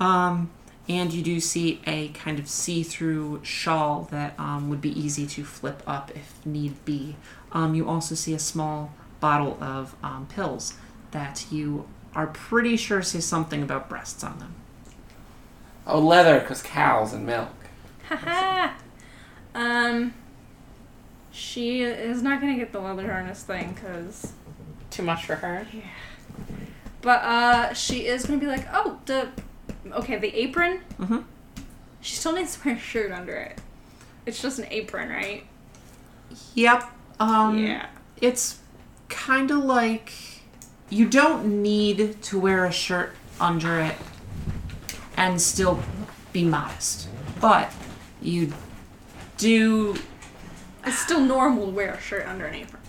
E: Um, and you do see a kind of see through shawl that um, would be easy to flip up if need be. Um, you also see a small bottle of um, pills that you are pretty sure say something about breasts on them.
F: Oh, leather, because cows and milk.
G: Haha! Um. She is not gonna get the leather harness thing, because.
B: Too much for her.
G: But, uh, she is gonna be like, oh, the. Okay, the apron?
E: Mhm.
G: She still needs to wear a shirt under it. It's just an apron, right?
E: Yep. Um,
G: yeah.
E: it's kind of like you don't need to wear a shirt under it and still be modest, but you do
G: It's still normal to wear a shirt under an apron.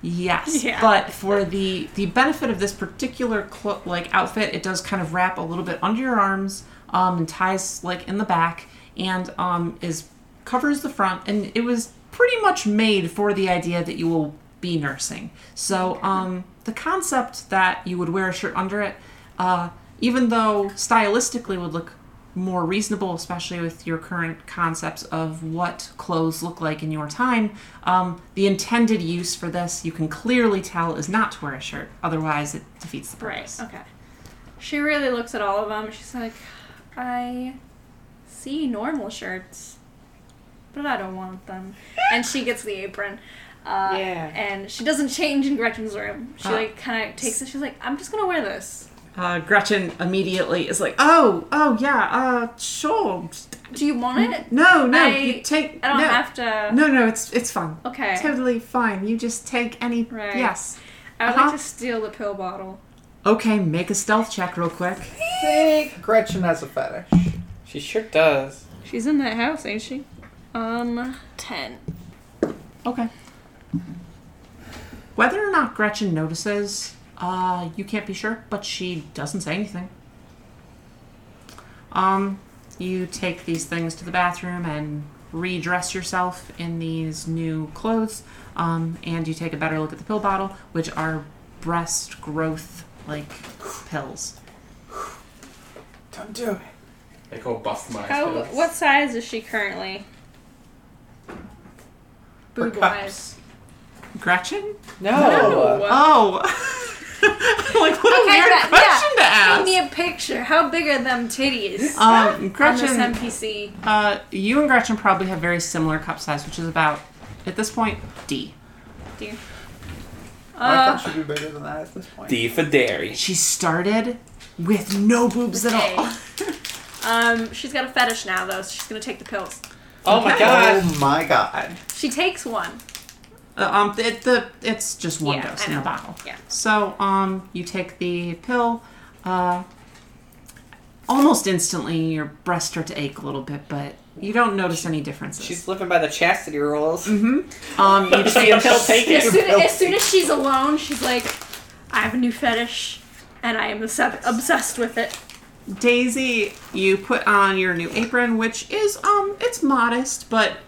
E: Yes,
G: Yeah.
E: but for the the benefit of this particular clo- like outfit, it does kind of wrap a little bit under your arms, um, and ties like in the back, and um, is covers the front, and it was pretty much made for the idea that you will be nursing. So um, the concept that you would wear a shirt under it, uh, even though stylistically would look more reasonable, especially with your current concepts of what clothes look like in your time. Um, the intended use for this, you can clearly tell, is not to wear a shirt. Otherwise, it defeats the
G: Right.
E: purpose.
G: Okay. She really looks at all of them. She's like, I see normal shirts, but I don't want them. and she gets the apron. Uh,
B: Yeah.
G: And she doesn't change in Gretchen's room. She
E: Ah.
G: like kind of takes it. She's like, I'm just gonna wear this.
E: Uh, Gretchen immediately is like, "Oh, oh yeah, uh, sure.
G: Do you want it?
E: No, no,
G: I-
E: you take.
G: I don't
E: no,
G: have to.
E: no, no, it's it's fine.
G: Okay.
E: Totally fine. You just take any.
G: Right.
E: Yes.
G: I would
E: Uh-huh.
G: like to steal the pill bottle.
E: Okay, make a stealth check real quick.
C: think Gretchen has a fetish.
B: She sure does.
G: She's in that house, ain't she? Um, ten.
E: Okay. Whether or not Gretchen notices, uh, you can't be sure, but she doesn't say anything. Um, you take these things to the bathroom and redress yourself in these new clothes, um, and you take a better look at the pill bottle, which are breast growth like pills.
C: Don't do it.
F: They call bust my
G: How?
F: pills.
G: What size is she currently?
C: Her
G: Boob wise.
E: Gretchen?
B: No.
E: Oh! like, what a
G: Okay,
E: weird Oh,
G: but-
E: question to
G: Give
E: ask!
G: me a picture. How big are them titties?
E: Um,
G: on this
E: Gretchen.
G: NPC.
E: Uh, you and Gretchen probably have very similar cup size, which is about, at this point, D.
G: Do you-
C: I
G: Uh,
C: thought she'd be bigger than that at this point.
F: D for dairy.
E: She started with no boobs at
G: Okay.
E: all.
G: um, she's got a fetish now though, so she's gonna take the pills.
B: Oh my god.
C: Oh my god.
G: She takes one.
E: Uh, um, it, the it's just one
G: Yeah,
E: dose
G: I
E: in the
G: know.
E: bottle.
G: Yeah.
E: So um, you take the pill. Uh, almost instantly, your breasts start to ache a little bit, but you don't notice any differences.
B: She's living by the chastity rules.
E: um, you just
B: See if he'll take
G: As
B: it.
G: soon, as soon as she's alone, she's like, I have a new fetish, and I am obsessed obsessed with it.
E: Daisy, you put on your new apron, which is um, it's modest, but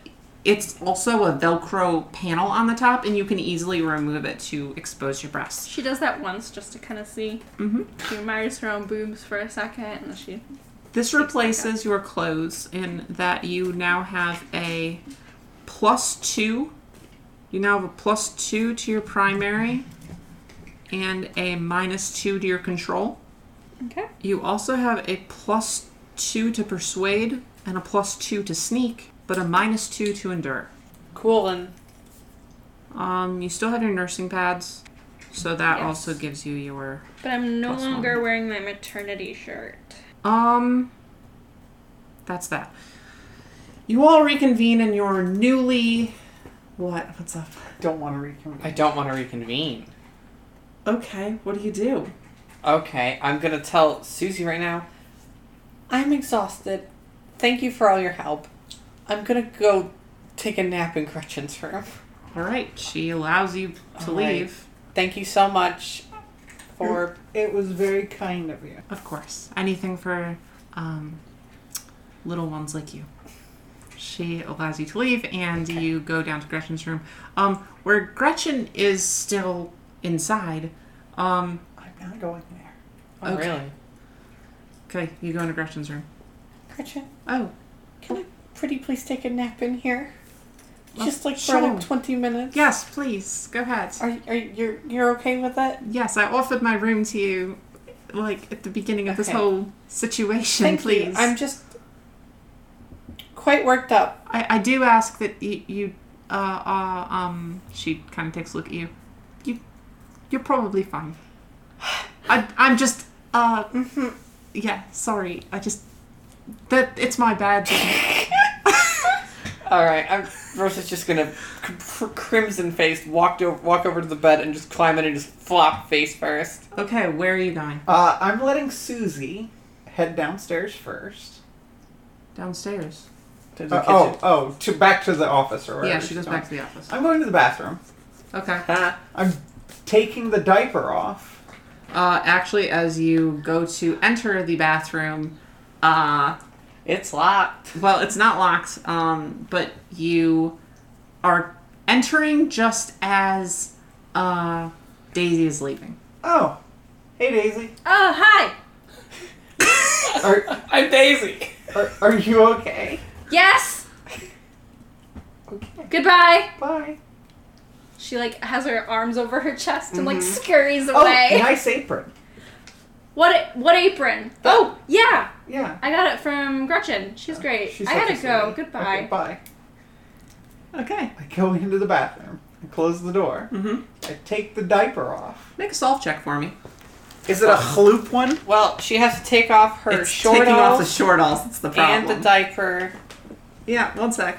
E: it's also a Velcro panel on the top, and you can easily remove it to expose your breasts.
G: She does that once just to kind of see. She admires her own boobs for a second, and then she.
E: This replaces your clothes in that you now have a plus two. You now have a plus two to your primary and a minus two to your control.
G: Okay.
E: You also have a plus two to persuade and a plus two to sneak, but a minus two to endure.
B: Cool and
E: Um, you still have your nursing pads, so that
G: Yes.
E: also gives you your
G: But I'm no
E: Plus
G: longer
E: one.
G: wearing my maternity shirt.
E: Um, that's that. You all reconvene in your newly. What? What's up?
C: Don't want to reconvene.
B: I don't want to reconvene.
E: Okay, what do you do?
B: Okay, I'm gonna tell Susie right now. I'm exhausted. Thank you for all your help. I'm gonna go take a nap in Gretchen's room.
E: All right, she allows you to
B: All right.
E: leave.
B: Thank you so much for
C: It was very kind of you.
E: Of course, anything for um, little ones like you. She allows you to leave, and you go down to Gretchen's room, um, where Gretchen is still inside. Um,
C: I'm not going there.
B: oh,
E: Okay.
B: really.
E: okay, you go into Gretchen's room.
B: Gretchen,
E: Oh,
B: can I pretty please take a nap in here?
E: Well,
B: Just like for
E: sure.
B: like twenty minutes.
E: yes, please go ahead.
B: Are are you're you're okay with that?
E: Yes, I offered my room to you, like at the beginning of this
B: Okay.
E: whole situation.
B: Thank
E: please,
B: you. I'm just quite worked up.
E: I, I do ask that you, you uh, uh, um, she kind of takes a look at you. You, you're probably fine. I, I'm just, uh, yeah, sorry. I just, that it's my bad.
B: All right, I'm, Rosa's just gonna cr- crimson faced walk over walk over to the bed and just climb in and just flop face first.
E: okay, where are you going?
C: Uh, I'm letting Susie head downstairs first.
E: Downstairs.
B: To the
C: Uh, oh, oh, to back to the office or wherever
E: Yeah, she
C: she's
E: goes
C: going.
E: back to the office.
C: I'm going to the bathroom.
E: Okay.
B: Huh?
C: I'm taking the diaper off.
E: Uh, actually, as you go to enter the bathroom, uh,
B: It's locked.
E: Well, it's not locked, um, but you are entering just as uh, Daisy is leaving.
C: Oh, hey Daisy,
G: Oh, hi!
C: are
B: I'm Daisy.
C: are, are you okay?
G: Yes!
C: Okay,
G: Goodbye!
C: bye.
G: She, like, has her arms over her chest and, like,
B: Mm-hmm.
G: scurries
C: Oh,
G: away.
C: nice apron.
G: What a- what apron?
C: Oh,
G: Yeah!
C: yeah.
G: I got it from Gretchen. She's great.
C: She's
G: I
C: such
G: gotta
C: a
G: go.
C: sweetie.
G: Goodbye.
C: Okay, bye.
E: Okay.
C: I go into the bathroom. I close the door.
E: Mhm.
C: I take the diaper off.
E: Make a solve check for me.
C: Is it a loop one?
B: Well, she has to take off her
E: it's
B: short
E: taking off the
B: off
E: short alls. It's the problem.
B: and the diaper.
E: yeah, one sec.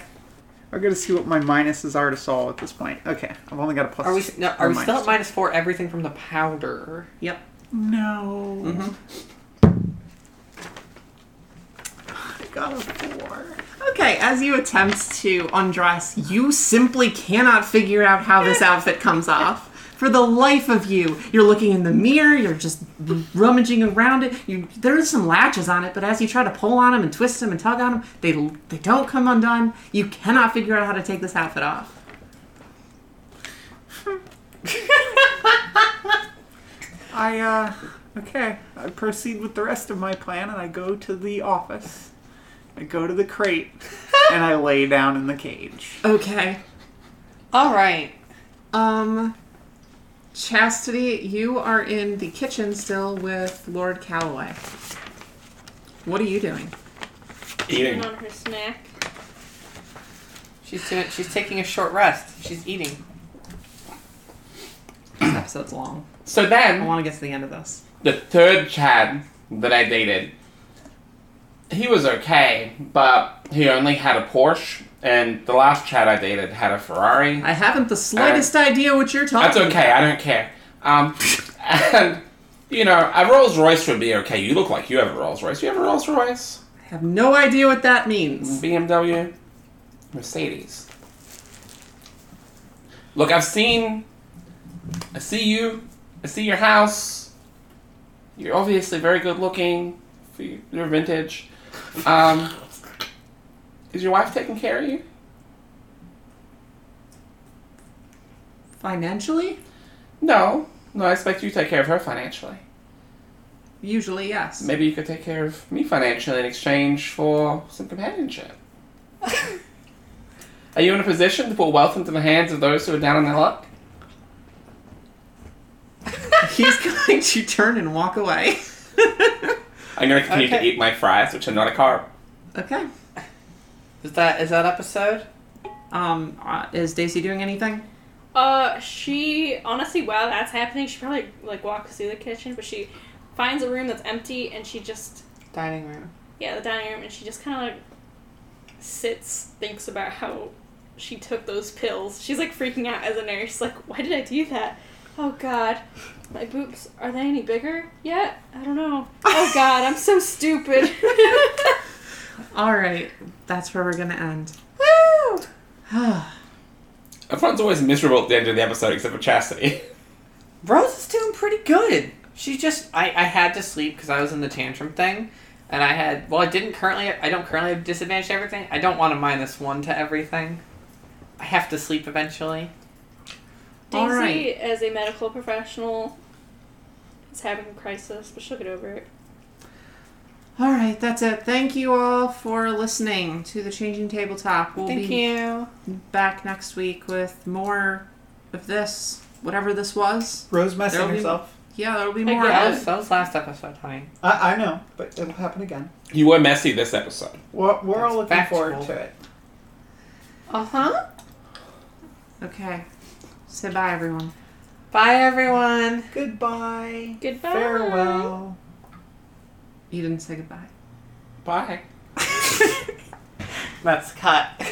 C: I gotta see what my minuses are to solve at this point. Okay, I've only got a plus.
B: Are we no,
C: or
B: are we still
C: minus
B: at minus four? Everything from the powder.
E: Yep.
C: two. No.
B: Mm-hmm.
C: I got a four.
E: Okay, as you attempt to undress, you simply cannot figure out how this outfit comes off. For the life of you, you're looking in the mirror, you're just rummaging around it. You, there is some latches on it, but as you try to pull on them and twist them and tug on them, they, they don't come undone. You cannot figure out how to take this outfit off.
C: I uh okay. I proceed with the rest of my plan and I go to the office. I go to the crate and I lay down in the cage.
E: Okay.
B: All right.
E: Um, Chastity, you are in the kitchen still with Lord Calloway. What are you doing?
F: Eating.
G: on her snack.
B: She's doing, she's taking a short rest. She's eating.
E: episodes long.
F: So
E: I
F: then,
E: want to get to the end of this.
F: the third Chad that I dated, he was okay, but he only had a Porsche, and the last Chad I dated had a Ferrari.
E: I haven't the slightest idea what you're
F: That's
E: talking.
F: okay. I don't care. Um, and you know, a Rolls Royce would be okay. You look like you have a Rolls Royce. You have a Rolls Royce,
E: I have no idea what that means.
F: BMW, Mercedes. Look, I've seen. I see you. I see your house. You're obviously very good looking for your your vintage. Um, is your wife taking care of you?
E: Financially,
F: No. No, I expect you to take care of her financially.
E: usually yes.
F: Maybe you could take care of me financially in exchange for some companionship. are you in a position to put wealth into the hands of those who are down on their luck?
E: He's going to turn and walk away.
F: I'm going to continue to
B: Okay.
F: eat my fries, which are not a carb.
E: okay.
B: Is that is that episode?
E: Um, uh, is Daisy doing anything?
G: Uh, she honestly, while that's happening, she probably like walks through the kitchen, but she finds a room that's empty, and she just
B: Dining room.
G: yeah, the dining room, and she just kind of like sits, thinks about how she took those pills. She's like freaking out as a nurse, like, why did I do that? Oh God, my boobs are they any bigger yet? I don't know. Oh God, I'm so stupid.
E: All right, that's where we're gonna end.
G: Woo!
F: Everyone's always miserable at the end of the episode except for Chastity.
B: Rose is doing pretty good. She just I, I had to sleep because I was in the tantrum thing, and I had well I didn't currently I don't currently have disadvantage to everything. I don't want to minus one to everything. I have to sleep eventually.
E: All
G: Daisy,
E: right.
G: as a medical professional, is having a crisis, but she'll get over it.
E: All right, that's it. Thank you all for listening to the Changing Tabletop. We'll
B: Thank
E: be
B: you.
E: back next week with more of this, whatever this was.
C: Rose messing
E: There'll be-
C: herself.
E: Yeah, there'll be
G: I
E: more.
B: That
E: of
B: was,
E: it.
B: that was last episode, honey.
C: I, I know, but it'll happen again.
F: You were messy this episode.
C: We're, we're all
B: That's
C: looking forward
B: factual.
C: to it.
B: Uh
E: Uh-huh.
B: huh.
E: Okay. Say bye, everyone.
B: Bye everyone.
C: Goodbye.
G: Goodbye.
C: Farewell.
E: You didn't say goodbye.
F: Bye.
B: That's cut.